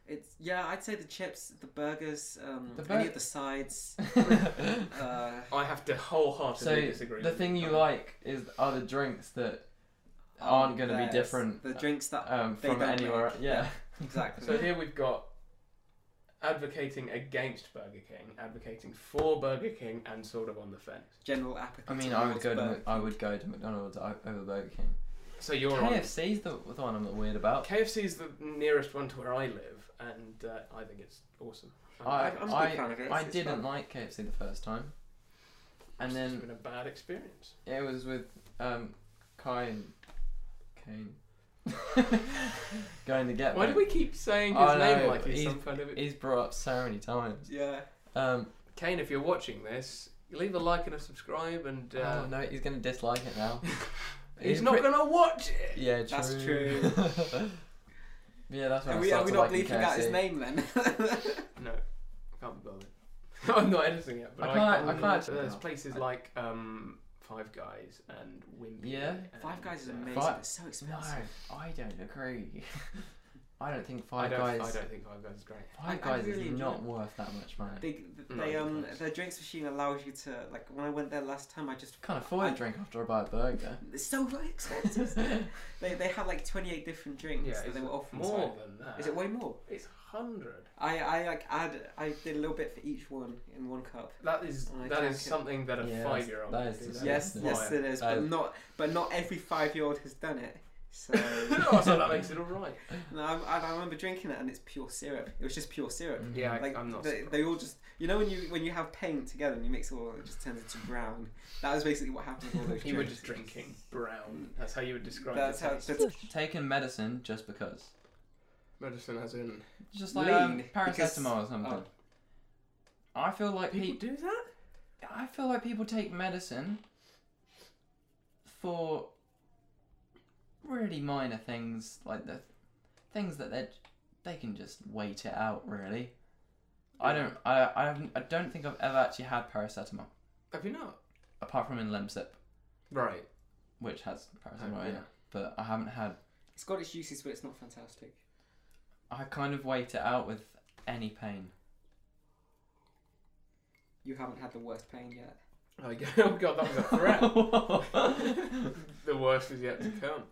Speaker 3: It's yeah, I'd say the chips, the burgers, um,
Speaker 2: The
Speaker 3: any
Speaker 2: bur-
Speaker 3: of the sides. uh,
Speaker 1: I have to wholeheartedly
Speaker 2: So,
Speaker 1: disagree.
Speaker 2: the
Speaker 1: with
Speaker 2: thing you
Speaker 1: that.
Speaker 2: like is are the drinks that aren't going to be
Speaker 3: um, there's
Speaker 2: different
Speaker 3: Oh, The drinks that
Speaker 2: um,
Speaker 3: They
Speaker 2: from
Speaker 3: don't
Speaker 2: anywhere.
Speaker 3: make-
Speaker 2: Yeah.
Speaker 3: exactly.
Speaker 1: So here we've got advocating against Burger King, advocating for Burger King, and sort of on the fence.
Speaker 3: general apathy.
Speaker 2: I mean, I would
Speaker 3: towards
Speaker 2: go to
Speaker 3: Burger
Speaker 2: Mc- I would go to McDonald's o- over Burger King.
Speaker 1: So you're on.
Speaker 2: KFC's the, the one I'm not weird about.
Speaker 1: KFC is the nearest one to where I live, and uh, I think it's awesome.
Speaker 2: I-
Speaker 3: I'm- I'm a big
Speaker 2: I-
Speaker 3: fan of it. It's-
Speaker 2: I
Speaker 3: it's
Speaker 2: didn't
Speaker 3: fun.
Speaker 2: like KFC the first time, and
Speaker 1: it's just
Speaker 2: then
Speaker 1: been a bad experience.
Speaker 2: it was with um, Kai and Kane going to get.
Speaker 1: Why do
Speaker 2: them.
Speaker 1: we keep saying his
Speaker 2: I
Speaker 1: name
Speaker 2: know,
Speaker 1: like he's,
Speaker 2: he's-
Speaker 1: some kind of
Speaker 2: He's brought up so many times.
Speaker 3: Yeah.
Speaker 2: Um,
Speaker 1: Kane? If you're watching this, leave a like and a subscribe, and uh,
Speaker 2: Oh no, he's gonna dislike it now.
Speaker 1: he's not gonna watch it.
Speaker 2: Yeah, true.
Speaker 3: That's
Speaker 2: yeah, that's why
Speaker 3: Are
Speaker 2: I
Speaker 3: we, are we
Speaker 2: started
Speaker 3: not
Speaker 2: liking
Speaker 3: leaving out his
Speaker 2: KFC.
Speaker 3: name then?
Speaker 1: No, I can't be bothered. I'm not editing it, but
Speaker 2: I
Speaker 1: I
Speaker 2: can't-
Speaker 1: can't.
Speaker 2: I can't-
Speaker 1: There's
Speaker 2: no.
Speaker 1: places like um, Five Guys and Wimpy.
Speaker 2: Yeah.
Speaker 1: and,
Speaker 3: Five Guys is
Speaker 1: uh,
Speaker 3: amazing.
Speaker 2: Five-
Speaker 3: It's so
Speaker 2: No,
Speaker 3: expensive.
Speaker 2: I don't agree. I don't think
Speaker 1: I
Speaker 2: Five
Speaker 1: don't,
Speaker 2: Guys.
Speaker 1: I don't think Five Guys is great.
Speaker 2: Five
Speaker 3: I- I
Speaker 2: Guys
Speaker 3: really
Speaker 2: is
Speaker 3: enjoy
Speaker 2: not
Speaker 3: it.
Speaker 2: worth that much money.
Speaker 3: They,
Speaker 1: No,
Speaker 3: they
Speaker 1: I
Speaker 3: um
Speaker 1: don't.
Speaker 3: their drinks machine allows you to like when I went there last time I just
Speaker 2: Can't afford
Speaker 3: I-
Speaker 2: a drink after I buy a burger.
Speaker 3: it's so expensive. isn't it? they they had like twenty eight different drinks
Speaker 1: Yeah,
Speaker 3: that
Speaker 1: it's
Speaker 3: they were offering. so-
Speaker 1: more than that.
Speaker 3: Is it way more?
Speaker 1: It's hundred.
Speaker 3: I, I like add I did a little bit for each one in one cup.
Speaker 1: That is
Speaker 3: I
Speaker 1: that
Speaker 3: don't
Speaker 1: is
Speaker 3: care.
Speaker 1: something that a
Speaker 2: Yeah,
Speaker 1: five year old
Speaker 2: that
Speaker 1: would
Speaker 2: is
Speaker 1: do.
Speaker 2: just-
Speaker 1: That
Speaker 3: Yes,
Speaker 1: is
Speaker 3: yes
Speaker 1: wild.
Speaker 3: it is,
Speaker 2: Uh,
Speaker 3: but not but not every five year old has done it. So
Speaker 1: oh, so that makes it all right.
Speaker 3: no, I, I I remember drinking it and it's pure syrup. It was just pure syrup.
Speaker 2: Mhm.
Speaker 1: Yeah, I,
Speaker 3: Like
Speaker 1: I'm not.
Speaker 3: they, they all just you know when you when you have paint together and you mix it all it just turns into brown. That was basically what happened with all those.
Speaker 1: you were
Speaker 3: drinks.
Speaker 1: just drinking brown. That's how you would describe
Speaker 3: That's
Speaker 1: it.
Speaker 3: how that's
Speaker 2: Taking medicine just because.
Speaker 1: Medicine, as in
Speaker 2: Just like um,
Speaker 3: Lean,
Speaker 2: paracetamol
Speaker 3: because-
Speaker 2: or something.
Speaker 3: oh.
Speaker 2: I feel like people
Speaker 1: do that.
Speaker 2: I feel like people take medicine for really minor things, like the things that they they can just wait it out. Really, I don't. I I, haven't, I don't think I've ever actually had paracetamol,
Speaker 1: Have you not?
Speaker 2: apart from in Lemsip,
Speaker 1: Right.
Speaker 2: which has paracetamol
Speaker 1: Oh,
Speaker 2: in
Speaker 1: yeah.
Speaker 2: it. But I haven't had.
Speaker 3: it's got its uses but it's not fantastic.
Speaker 2: I kind of wait it out with any pain.
Speaker 3: You haven't had the worst pain yet.
Speaker 1: Oh yeah. Oh, god, that was a threat. the worst is yet to come.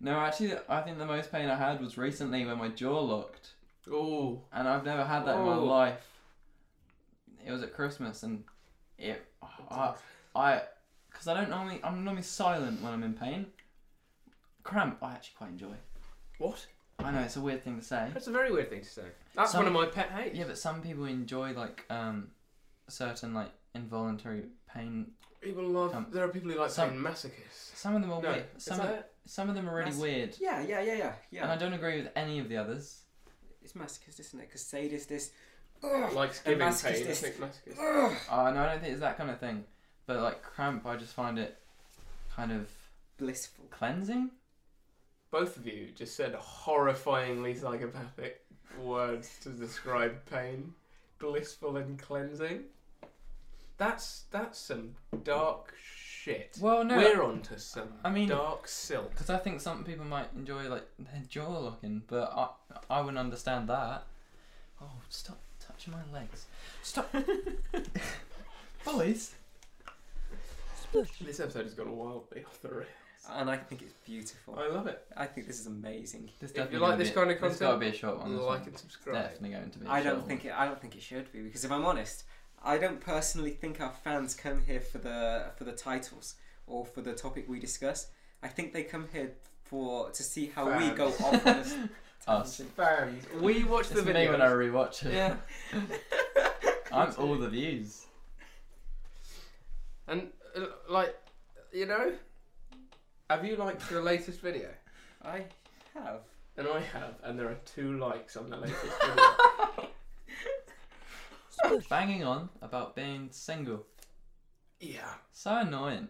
Speaker 2: no, actually, I think the most pain I had was recently when my jaw locked.
Speaker 1: Oh,
Speaker 2: and I've never had that in my
Speaker 1: Oh.
Speaker 2: life. It was at Christmas, and it, I, I, because I don't normally, I'm normally silent when I'm in pain. Cramp, I actually quite enjoy.
Speaker 1: what?
Speaker 2: I know it's a weird thing to say.
Speaker 1: That's a very weird thing to say. That's
Speaker 2: Some-
Speaker 1: one of my pet hates.
Speaker 2: Yeah, but some people enjoy like um, certain like involuntary pain.
Speaker 1: People love.
Speaker 2: Um,
Speaker 1: there are people who like
Speaker 2: some-
Speaker 1: saying masochist.
Speaker 2: Some of them are
Speaker 1: No,
Speaker 2: weird.
Speaker 1: is
Speaker 2: Some
Speaker 1: that
Speaker 2: of,
Speaker 1: it?
Speaker 2: some of them are really
Speaker 3: Mas-
Speaker 2: weird,
Speaker 3: Yeah, yeah, yeah, yeah,
Speaker 2: and I
Speaker 3: yeah.
Speaker 2: don't agree with any of the others.
Speaker 3: It's masochist, isn't it? Because sadist is. Ugh,
Speaker 1: likes giving
Speaker 3: masochist
Speaker 1: pain. I
Speaker 3: is-
Speaker 1: think masochist.
Speaker 3: ugh.
Speaker 2: Uh, no, I don't think it's that kind of thing. But like cramp, I just find it kind of
Speaker 3: Blissful.
Speaker 2: cleansing.
Speaker 1: Both of you just said horrifyingly psychopathic words to describe pain, blissful and cleansing. That's that's some dark shit.
Speaker 2: Well, no,
Speaker 1: We're onto some
Speaker 2: I mean-
Speaker 1: dark silk.
Speaker 2: Because I think some people might enjoy like their jaw locking, but I I wouldn't understand that. Oh, stop touching my legs! Stop, boys.
Speaker 1: This episode has gone wildly off the rails.
Speaker 3: And I think it's beautiful.
Speaker 1: I love it.
Speaker 3: I think this is amazing.
Speaker 2: This
Speaker 1: If you
Speaker 2: definitely
Speaker 1: like
Speaker 2: gonna
Speaker 1: this
Speaker 2: be-
Speaker 1: kind of
Speaker 2: this has got to
Speaker 1: content,
Speaker 2: be a short one. This
Speaker 1: like
Speaker 2: one.
Speaker 1: and
Speaker 2: It's
Speaker 1: subscribe.
Speaker 2: definitely going to be. I
Speaker 3: I don't think it. I don't think it should be because if I'm honest, I don't personally think our fans come here for the for the titles or for the topic we discuss. I think they come here for to see how we go
Speaker 2: Fans.
Speaker 3: off on this
Speaker 2: Us.
Speaker 1: Fans. We watch
Speaker 2: It's
Speaker 1: the
Speaker 2: me
Speaker 1: video.
Speaker 2: when I rewatch it.
Speaker 3: Yeah.
Speaker 2: I'm all the views.
Speaker 1: And uh, like, you know, have you liked the latest video?
Speaker 3: I have.
Speaker 1: And I have, and there are two likes on the latest video.
Speaker 2: Banging on about being single.
Speaker 1: Yeah.
Speaker 2: So annoying.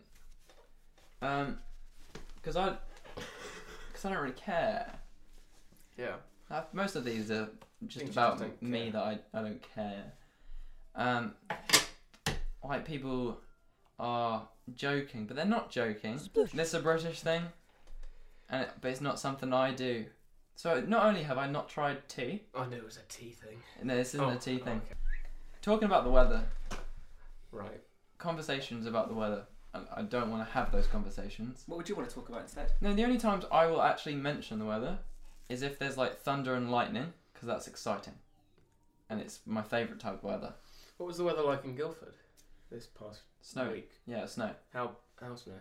Speaker 2: Um, because I, because I don't really care.
Speaker 1: Yeah.
Speaker 2: Uh, Most of these are just
Speaker 1: Things you
Speaker 2: about
Speaker 1: just don't care.
Speaker 2: me that I, I don't care. Um, like people are joking, but they're not joking. This is a British thing, and it, but it's not something I do. So not only have I not tried tea,
Speaker 1: I knew it was a tea thing.
Speaker 2: and this isn't
Speaker 1: Oh,
Speaker 2: a tea
Speaker 1: oh,
Speaker 2: thing.
Speaker 1: okay.
Speaker 2: Talking about the weather,
Speaker 1: Right.
Speaker 2: conversations about the weather. and I don't want to have those conversations.
Speaker 3: What would you want to talk about instead?
Speaker 2: No, the only times I will actually mention the weather is if there's like thunder and lightning, because that's exciting. And it's my favourite type of weather.
Speaker 1: What was the weather like in Guildford this past
Speaker 2: Snow.
Speaker 1: week?
Speaker 2: Yeah, snow.
Speaker 1: How how snow?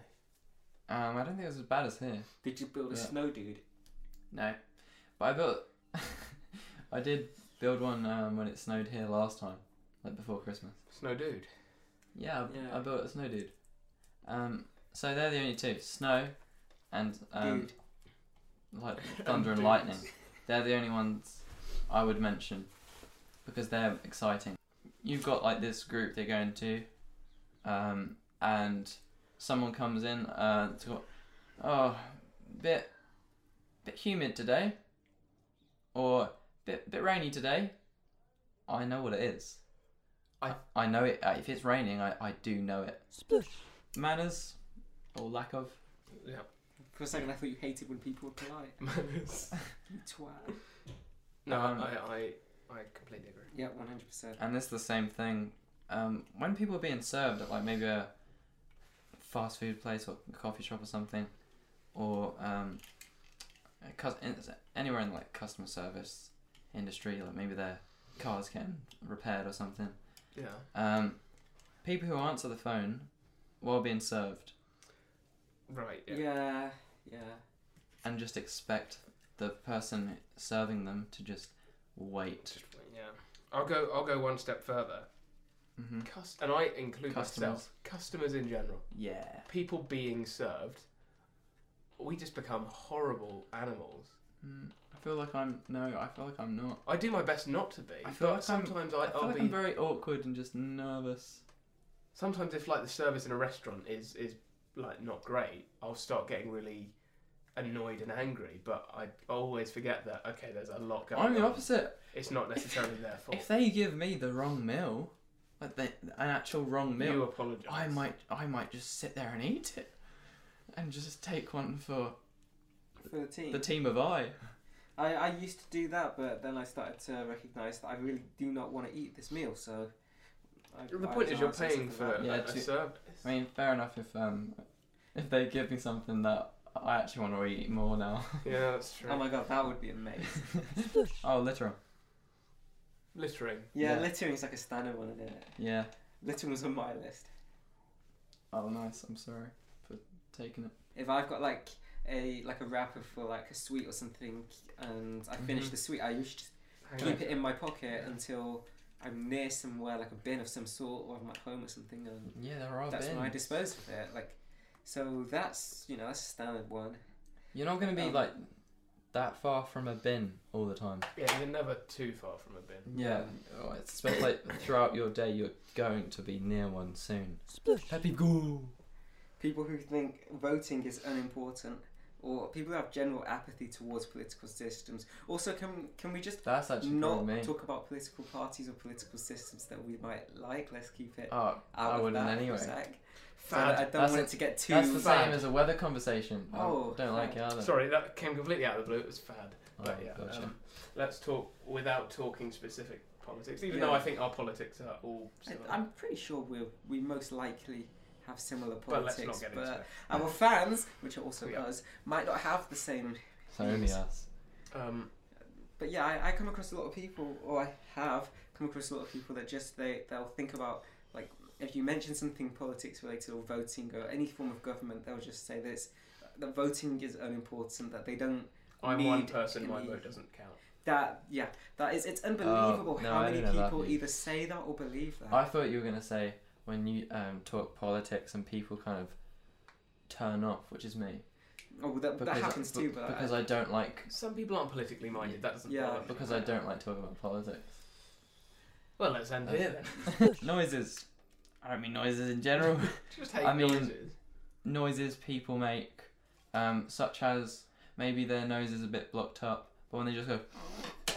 Speaker 2: Um, I don't think it was as bad as here.
Speaker 3: Did you build a
Speaker 2: Yeah.
Speaker 3: snow dude?
Speaker 2: No. But I built. I did build one um, when it snowed here last time, like before Christmas.
Speaker 1: Snow dude.
Speaker 2: Yeah, I,
Speaker 3: Yeah.
Speaker 2: I built a snow dude. Um, so they're the only two snow and um,
Speaker 3: Dude.
Speaker 2: like
Speaker 1: And
Speaker 2: thunder and
Speaker 1: dudes.
Speaker 2: lightning. They're the only ones I would mention because they're exciting. You've got like this group they're going to, um, and someone comes in uh, to go, oh, bit, bit humid today, or bit, bit rainy today. I know what it is. I
Speaker 1: I-
Speaker 2: I know it. uh, If it's raining, I, I do know it. Manners, or lack of.
Speaker 1: Yeah.
Speaker 3: For a second, I thought you hated when people were polite.
Speaker 1: Manners.
Speaker 3: You twat.
Speaker 1: No,
Speaker 2: Um,
Speaker 1: I, I I completely agree.
Speaker 3: Yeah, one hundred percent.
Speaker 2: And it's the same thing. Um, when people are being served at like maybe a fast food place or coffee shop or something, or um, a cus- in- anywhere in like customer service industry, like maybe their car's getting repaired or something.
Speaker 1: Yeah.
Speaker 2: Um, people who answer the phone while being served
Speaker 1: Right. Yeah.
Speaker 3: Yeah, yeah.
Speaker 2: and just expect the person serving them to just wait.
Speaker 1: Just wait, yeah. I'll go. I'll go one step further.
Speaker 2: hmm
Speaker 1: Cus- and I include
Speaker 2: Customers.
Speaker 1: myself. Customers in general.
Speaker 2: Yeah.
Speaker 1: People being served. We just become horrible animals.
Speaker 2: Mm, I feel like I'm no. I feel like I'm not.
Speaker 1: I do my best not to be,
Speaker 2: I feel
Speaker 1: but
Speaker 2: like I'm-
Speaker 1: sometimes
Speaker 2: I
Speaker 1: I,
Speaker 2: feel
Speaker 1: will
Speaker 2: like
Speaker 1: be.
Speaker 2: I'm very awkward and just nervous.
Speaker 1: Sometimes if like the service in a restaurant is is like not great, I'll start getting really annoyed and angry. But I always forget that okay, there's a lot going
Speaker 2: I'm the
Speaker 1: on.
Speaker 2: opposite.
Speaker 1: It's not necessarily their fault.
Speaker 2: If they give me the wrong meal, like the, an actual wrong
Speaker 1: You
Speaker 2: meal,
Speaker 1: apologise.
Speaker 2: I might I might just sit there and eat it, and just take one for
Speaker 3: For the team.
Speaker 2: the team of I.
Speaker 3: I, I used to do that, but then I started to recognise that I really do not want to eat this meal, so. I,
Speaker 1: The
Speaker 3: I
Speaker 1: point is you're
Speaker 3: was answering
Speaker 1: paying
Speaker 3: to
Speaker 1: for
Speaker 3: that.
Speaker 2: Yeah,
Speaker 1: a, a
Speaker 2: to-
Speaker 1: service.
Speaker 2: I mean, fair enough if um if they give me something that I actually want to eat more now.
Speaker 1: yeah, that's true.
Speaker 3: Oh my god, that would be amazing.
Speaker 2: oh, literal.
Speaker 1: Littering.
Speaker 3: Yeah,
Speaker 2: Yeah.
Speaker 3: littering's like a standard one, isn't it?
Speaker 2: Yeah.
Speaker 3: Littering was on my list.
Speaker 2: Oh, nice. I'm sorry for taking it.
Speaker 3: If I've got like a like a wrapper for like a sweet or something, and I finish
Speaker 1: Mm-hmm.
Speaker 2: Mhm.
Speaker 3: the sweet, I usually just
Speaker 1: Hang
Speaker 3: keep
Speaker 1: on.
Speaker 3: it in my pocket until I'm near somewhere like a bin of some sort, or I'm at home or something, and
Speaker 2: Yeah, there are
Speaker 3: that's when I
Speaker 2: Oh, bins.
Speaker 3: dispose of it. Like, so that's you know that's a standard one.
Speaker 2: You're not gonna be
Speaker 3: Um,
Speaker 2: like that far from a bin all the time.
Speaker 1: Yeah, you're never too far from a bin.
Speaker 2: Yeah, oh, it's especially like throughout your day, you're going to be near one soon. Happy go.
Speaker 3: people who think voting is unimportant or people who have general apathy towards political systems. Also, can can we just
Speaker 2: That's actually
Speaker 3: not
Speaker 2: probably me.
Speaker 3: talk about political parties or political systems that we might like? Let's keep it
Speaker 2: oh,
Speaker 3: out
Speaker 2: I
Speaker 3: of
Speaker 2: wouldn't
Speaker 3: that for a
Speaker 2: anyway.
Speaker 3: sec. So
Speaker 1: Fad.
Speaker 3: I don't
Speaker 2: That's
Speaker 3: want
Speaker 2: a-
Speaker 3: it to get too.
Speaker 2: That's the
Speaker 1: bad.
Speaker 2: same as a weather conversation. I
Speaker 3: Oh,
Speaker 2: don't like it
Speaker 3: right.
Speaker 2: either.
Speaker 1: Sorry, that came completely out of the blue. It was fad.
Speaker 2: Oh,
Speaker 1: But yeah,
Speaker 2: gotcha.
Speaker 1: um, let's talk without talking specific politics. Even
Speaker 3: Yeah.
Speaker 1: though I think our politics are all. similar.
Speaker 3: I, am pretty sure we we most likely have similar
Speaker 1: but
Speaker 3: politics,
Speaker 1: let's not get into
Speaker 3: but
Speaker 1: it.
Speaker 3: our fans, which are also
Speaker 1: Yeah.
Speaker 3: us, might not have the same
Speaker 2: so only us.
Speaker 1: Um,
Speaker 3: But yeah, I, I come across a lot of people, or I have come across a lot of people that just they they'll think about like if you mention something politics related or voting or any form of government, they'll just say that it's, that voting is unimportant. That they don't
Speaker 1: I'm one
Speaker 3: need
Speaker 1: person. My
Speaker 3: any-
Speaker 1: vote doesn't count.
Speaker 3: that yeah that is it's unbelievable
Speaker 2: Oh, no,
Speaker 3: how
Speaker 2: I
Speaker 3: many
Speaker 2: didn't know that
Speaker 3: people
Speaker 2: view.
Speaker 3: either say that or believe that.
Speaker 2: I thought you were gonna say when you um, talk politics and people kind of turn off, which is me.
Speaker 3: oh, well, that, that happens
Speaker 2: be-
Speaker 3: too, but
Speaker 2: because I don't like
Speaker 1: Some people aren't politically minded. That doesn't.
Speaker 3: Yeah.
Speaker 1: bother me.
Speaker 2: because I don't like talking about politics.
Speaker 1: Well, let's end
Speaker 2: Uh,
Speaker 1: here then.
Speaker 2: noises. I don't mean noises in general.
Speaker 1: Just hate
Speaker 2: I mean-
Speaker 1: noises.
Speaker 2: noises people make, um, such as maybe their nose is a bit blocked up, but when they just go,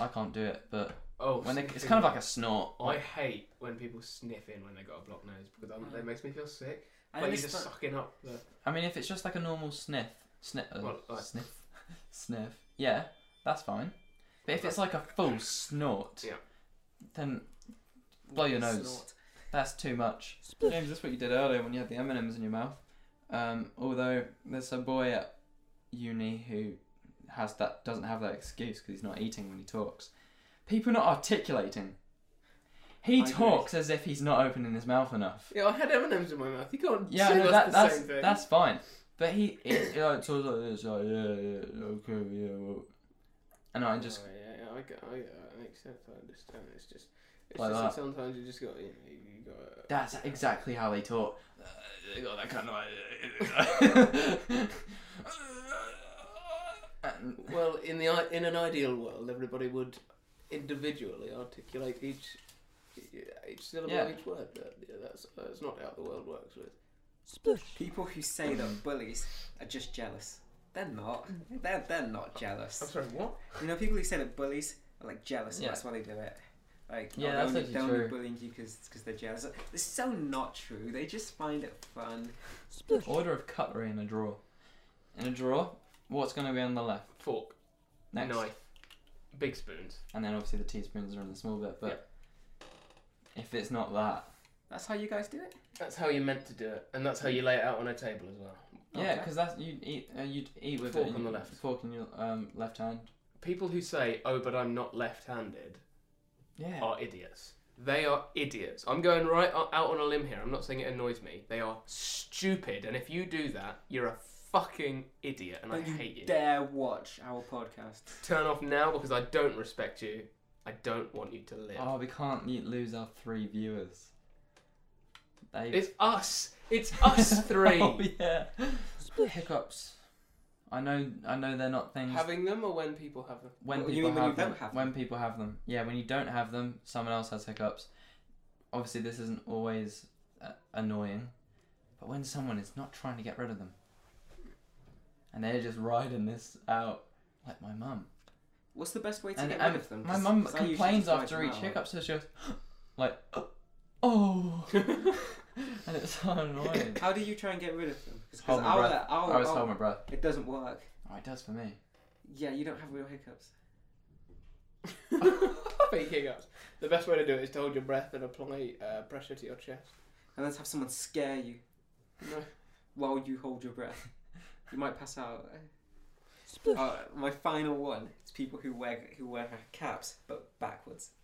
Speaker 2: I can't do it. But
Speaker 1: Oh,
Speaker 2: when they, it's kind of like a snort.
Speaker 1: I hate when people sniff in when they got a blocked nose because I'm, that makes me feel sick.
Speaker 3: I
Speaker 1: like you're
Speaker 3: understand-
Speaker 1: just sucking up. The,
Speaker 2: I mean, if it's just like a normal sniff, sniff, uh,
Speaker 1: Well, like-
Speaker 2: sniff, sniff, yeah, that's fine. But if it's like a full snort,
Speaker 1: Yeah.
Speaker 2: then blow your
Speaker 3: It's
Speaker 2: nose.
Speaker 3: not.
Speaker 2: that's too much. James, that's what you did earlier when you had the M and M's in your mouth. Um, although there's a boy at uni who has that doesn't have that excuse because he's not eating when he talks. People not articulating. He
Speaker 3: I agree.
Speaker 2: talks as if he's not opening his mouth enough.
Speaker 1: yeah, I had M&Ms in my mouth. You can't
Speaker 2: Yeah,
Speaker 1: say
Speaker 2: no, that,
Speaker 1: that's the
Speaker 2: that's
Speaker 1: same thing.
Speaker 2: that's fine. But he, it, you know, it's always like this, like yeah, yeah, okay, yeah. Well. And I just
Speaker 1: Oh, yeah, yeah, I get, I get that. It makes sense. I understand. It's just, it's
Speaker 2: Like
Speaker 1: just that.
Speaker 2: that.
Speaker 1: sometimes you just got, you, know, you got.
Speaker 2: that's exactly how they talk. Uh, They got that kind of like. And-
Speaker 1: Well, in the i- in an ideal world, everybody would individually articulate each each syllable of
Speaker 2: Yeah.
Speaker 1: each word. But, yeah, that's that's not how the world works. With
Speaker 3: People who say that bullies are just jealous. They're not. They're, they're not jealous.
Speaker 1: sorry, what?
Speaker 3: You know, people who say that bullies are like jealous, and
Speaker 2: Yeah.
Speaker 3: that's why they do it. Like,
Speaker 2: Yeah,
Speaker 3: oh,
Speaker 2: that's
Speaker 3: they're only,
Speaker 2: actually
Speaker 3: they're only
Speaker 2: true.
Speaker 3: bullying you because they're jealous. It's so not true. They just find it fun.
Speaker 2: Order of cutlery in a drawer. In a drawer, what's going to be on the left?
Speaker 1: Fork,
Speaker 2: Next.
Speaker 1: knife, big spoons.
Speaker 2: And then obviously the teaspoons are in the small bit, but if it's not that.
Speaker 3: That's how you guys do it.
Speaker 1: That's how you're meant to do it, and that's how you lay it out on a table as well.
Speaker 2: Yeah,
Speaker 3: Okay.
Speaker 2: because that's you eat. Uh, you'd eat with
Speaker 1: Fork
Speaker 2: it,
Speaker 1: on the
Speaker 2: you-
Speaker 1: left.
Speaker 2: Fork in your um, left hand.
Speaker 1: People who say, "Oh, but I'm not left-handed,"
Speaker 2: Yeah.
Speaker 1: are idiots. They are idiots. I'm going right o- out on a limb here. I'm not saying it annoys me. They are stupid, and if you do that, you're a fucking idiot, and I
Speaker 3: Don't you
Speaker 1: hate you.
Speaker 3: dare watch our podcast.
Speaker 1: Turn off now because I don't respect you. I don't want you to live.
Speaker 2: Oh, we can't ye- lose our three viewers. They...
Speaker 1: It's us. It's us three.
Speaker 2: oh yeah. Hiccups. I know. I know they're not things.
Speaker 1: Having them or when people have them.
Speaker 2: when
Speaker 3: What, you
Speaker 2: people
Speaker 3: mean when you
Speaker 2: have, them,
Speaker 3: don't have
Speaker 2: when people have them. Yeah, when you don't have them, someone else has hiccups. Obviously, this isn't always uh, annoying, but when someone is not trying to get rid of them, and they're just riding this out, like my mum.
Speaker 3: What's the best way to
Speaker 2: And,
Speaker 3: get
Speaker 2: and
Speaker 3: rid of them?
Speaker 2: my
Speaker 3: 'Cause-
Speaker 2: mum
Speaker 3: 'cause I usually
Speaker 2: complains
Speaker 3: just write
Speaker 2: after
Speaker 3: them
Speaker 2: each
Speaker 3: out.
Speaker 2: hiccup, so she goes, like, oh, and it's so annoying.
Speaker 3: How do you try and get rid of them? Because
Speaker 2: Hold my
Speaker 3: our,
Speaker 2: breath.
Speaker 3: our,
Speaker 2: I always
Speaker 3: our-
Speaker 2: hold my breath.
Speaker 3: it doesn't work.
Speaker 2: Oh, it does for me.
Speaker 3: Yeah, you don't have real hiccups.
Speaker 1: Fake hiccups. The best way to do it is to hold your breath and apply uh, pressure to your chest.
Speaker 3: And let's have someone scare you
Speaker 1: No.
Speaker 3: while you hold your breath. You might pass out. Uh, my final one is people who wear who wear caps but backwards.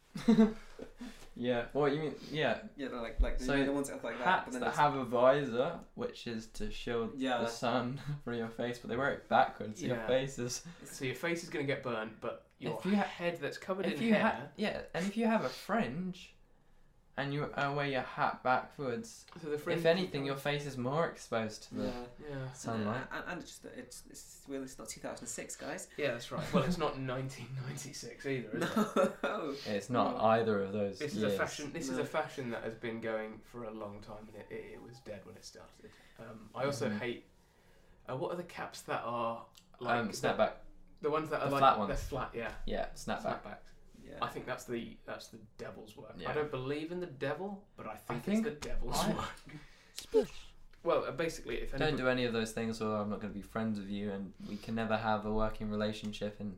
Speaker 2: Yeah. Well, you mean yeah.
Speaker 3: Yeah, they're like like
Speaker 2: So,
Speaker 3: you know, the ones that look like that.
Speaker 2: Hats that have a visor, which is to shield
Speaker 3: Yeah.
Speaker 2: the sun from your face, but they wear it backwards, so your
Speaker 1: Yeah.
Speaker 2: face is.
Speaker 1: So your face is going to get burned, but your
Speaker 2: If you ha-
Speaker 1: head that's covered
Speaker 2: If
Speaker 1: in
Speaker 2: you
Speaker 1: hair.
Speaker 2: ha- yeah, and if you have a fringe, and you uh, wear your hat backwards,
Speaker 1: so the
Speaker 2: if anything, your face is more exposed to the
Speaker 3: yeah.
Speaker 1: Yeah.
Speaker 2: sunlight.
Speaker 3: And, and it's just it's it's well, it's not 2006, guys.
Speaker 1: Yeah, that's right. Well, it's not 1996 either, is it?
Speaker 3: No.
Speaker 2: It's not
Speaker 3: No.
Speaker 2: either of those.
Speaker 1: This is
Speaker 2: years.
Speaker 1: a fashion. This is
Speaker 3: No.
Speaker 1: a fashion that has been going for a long time, and it, it, it was dead when it started. Um, I also
Speaker 2: Mhm.
Speaker 1: hate. Uh, what are the caps that are like
Speaker 2: Um,
Speaker 1: the,
Speaker 2: snapback.
Speaker 1: the ones that
Speaker 2: the
Speaker 1: are like
Speaker 2: flat ones.
Speaker 1: they're flat? Yeah,
Speaker 2: Yeah, snapback.
Speaker 1: snapbacks.
Speaker 3: Yeah.
Speaker 1: I think that's the that's the devil's work.
Speaker 2: Yeah.
Speaker 1: I don't believe in the devil, but I think,
Speaker 2: think
Speaker 1: it's the devil's
Speaker 2: I-
Speaker 1: work. Well, uh, basically, if
Speaker 2: Don't
Speaker 1: anybody,
Speaker 2: do any of those things, or I'm not going to be friends with you, and we can never have a working relationship in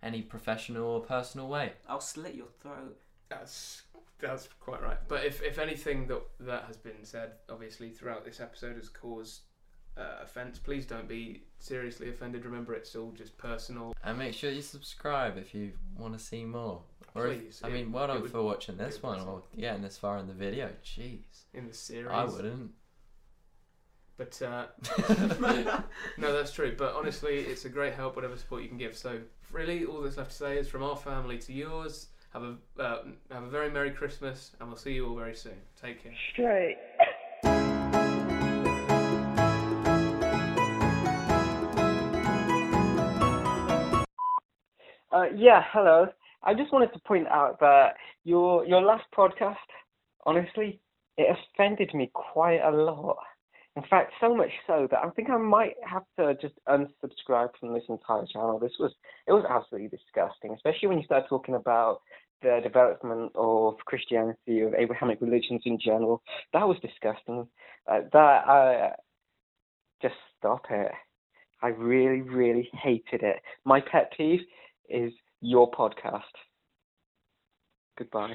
Speaker 2: any professional or personal way.
Speaker 3: I'll slit your throat.
Speaker 1: that's that's quite right. But if if anything that that has been said, obviously throughout this episode, has caused uh, offence, please don't be seriously offended. Remember, it's all just personal.
Speaker 2: And make sure you subscribe if you want to see more. Or if-
Speaker 1: Please,
Speaker 2: I
Speaker 1: it-
Speaker 2: mean, well
Speaker 1: it
Speaker 2: done
Speaker 1: would-
Speaker 2: for watching
Speaker 1: it
Speaker 2: this one
Speaker 1: would-
Speaker 2: or getting this far in the video. Jeez,
Speaker 1: in the series.
Speaker 2: I wouldn't.
Speaker 1: But uh, no, that's true. But honestly, it's a great help, whatever support you can give. So really, all that's left to say is from our family to yours. Have a uh, have a very merry Christmas, and we'll see you all very soon. Take care.
Speaker 4: Straight. Uh, yeah, hello. I just wanted to point out that your your last podcast, honestly, it offended me quite a lot. In fact, so much so that I think I might have to just unsubscribe from this entire channel. This was it was absolutely disgusting, especially when you start talking about the development of Christianity, of Abrahamic religions in general. That was disgusting. Uh, that uh, just stop it. I really, really hated it. My pet peeve is your podcast. Goodbye.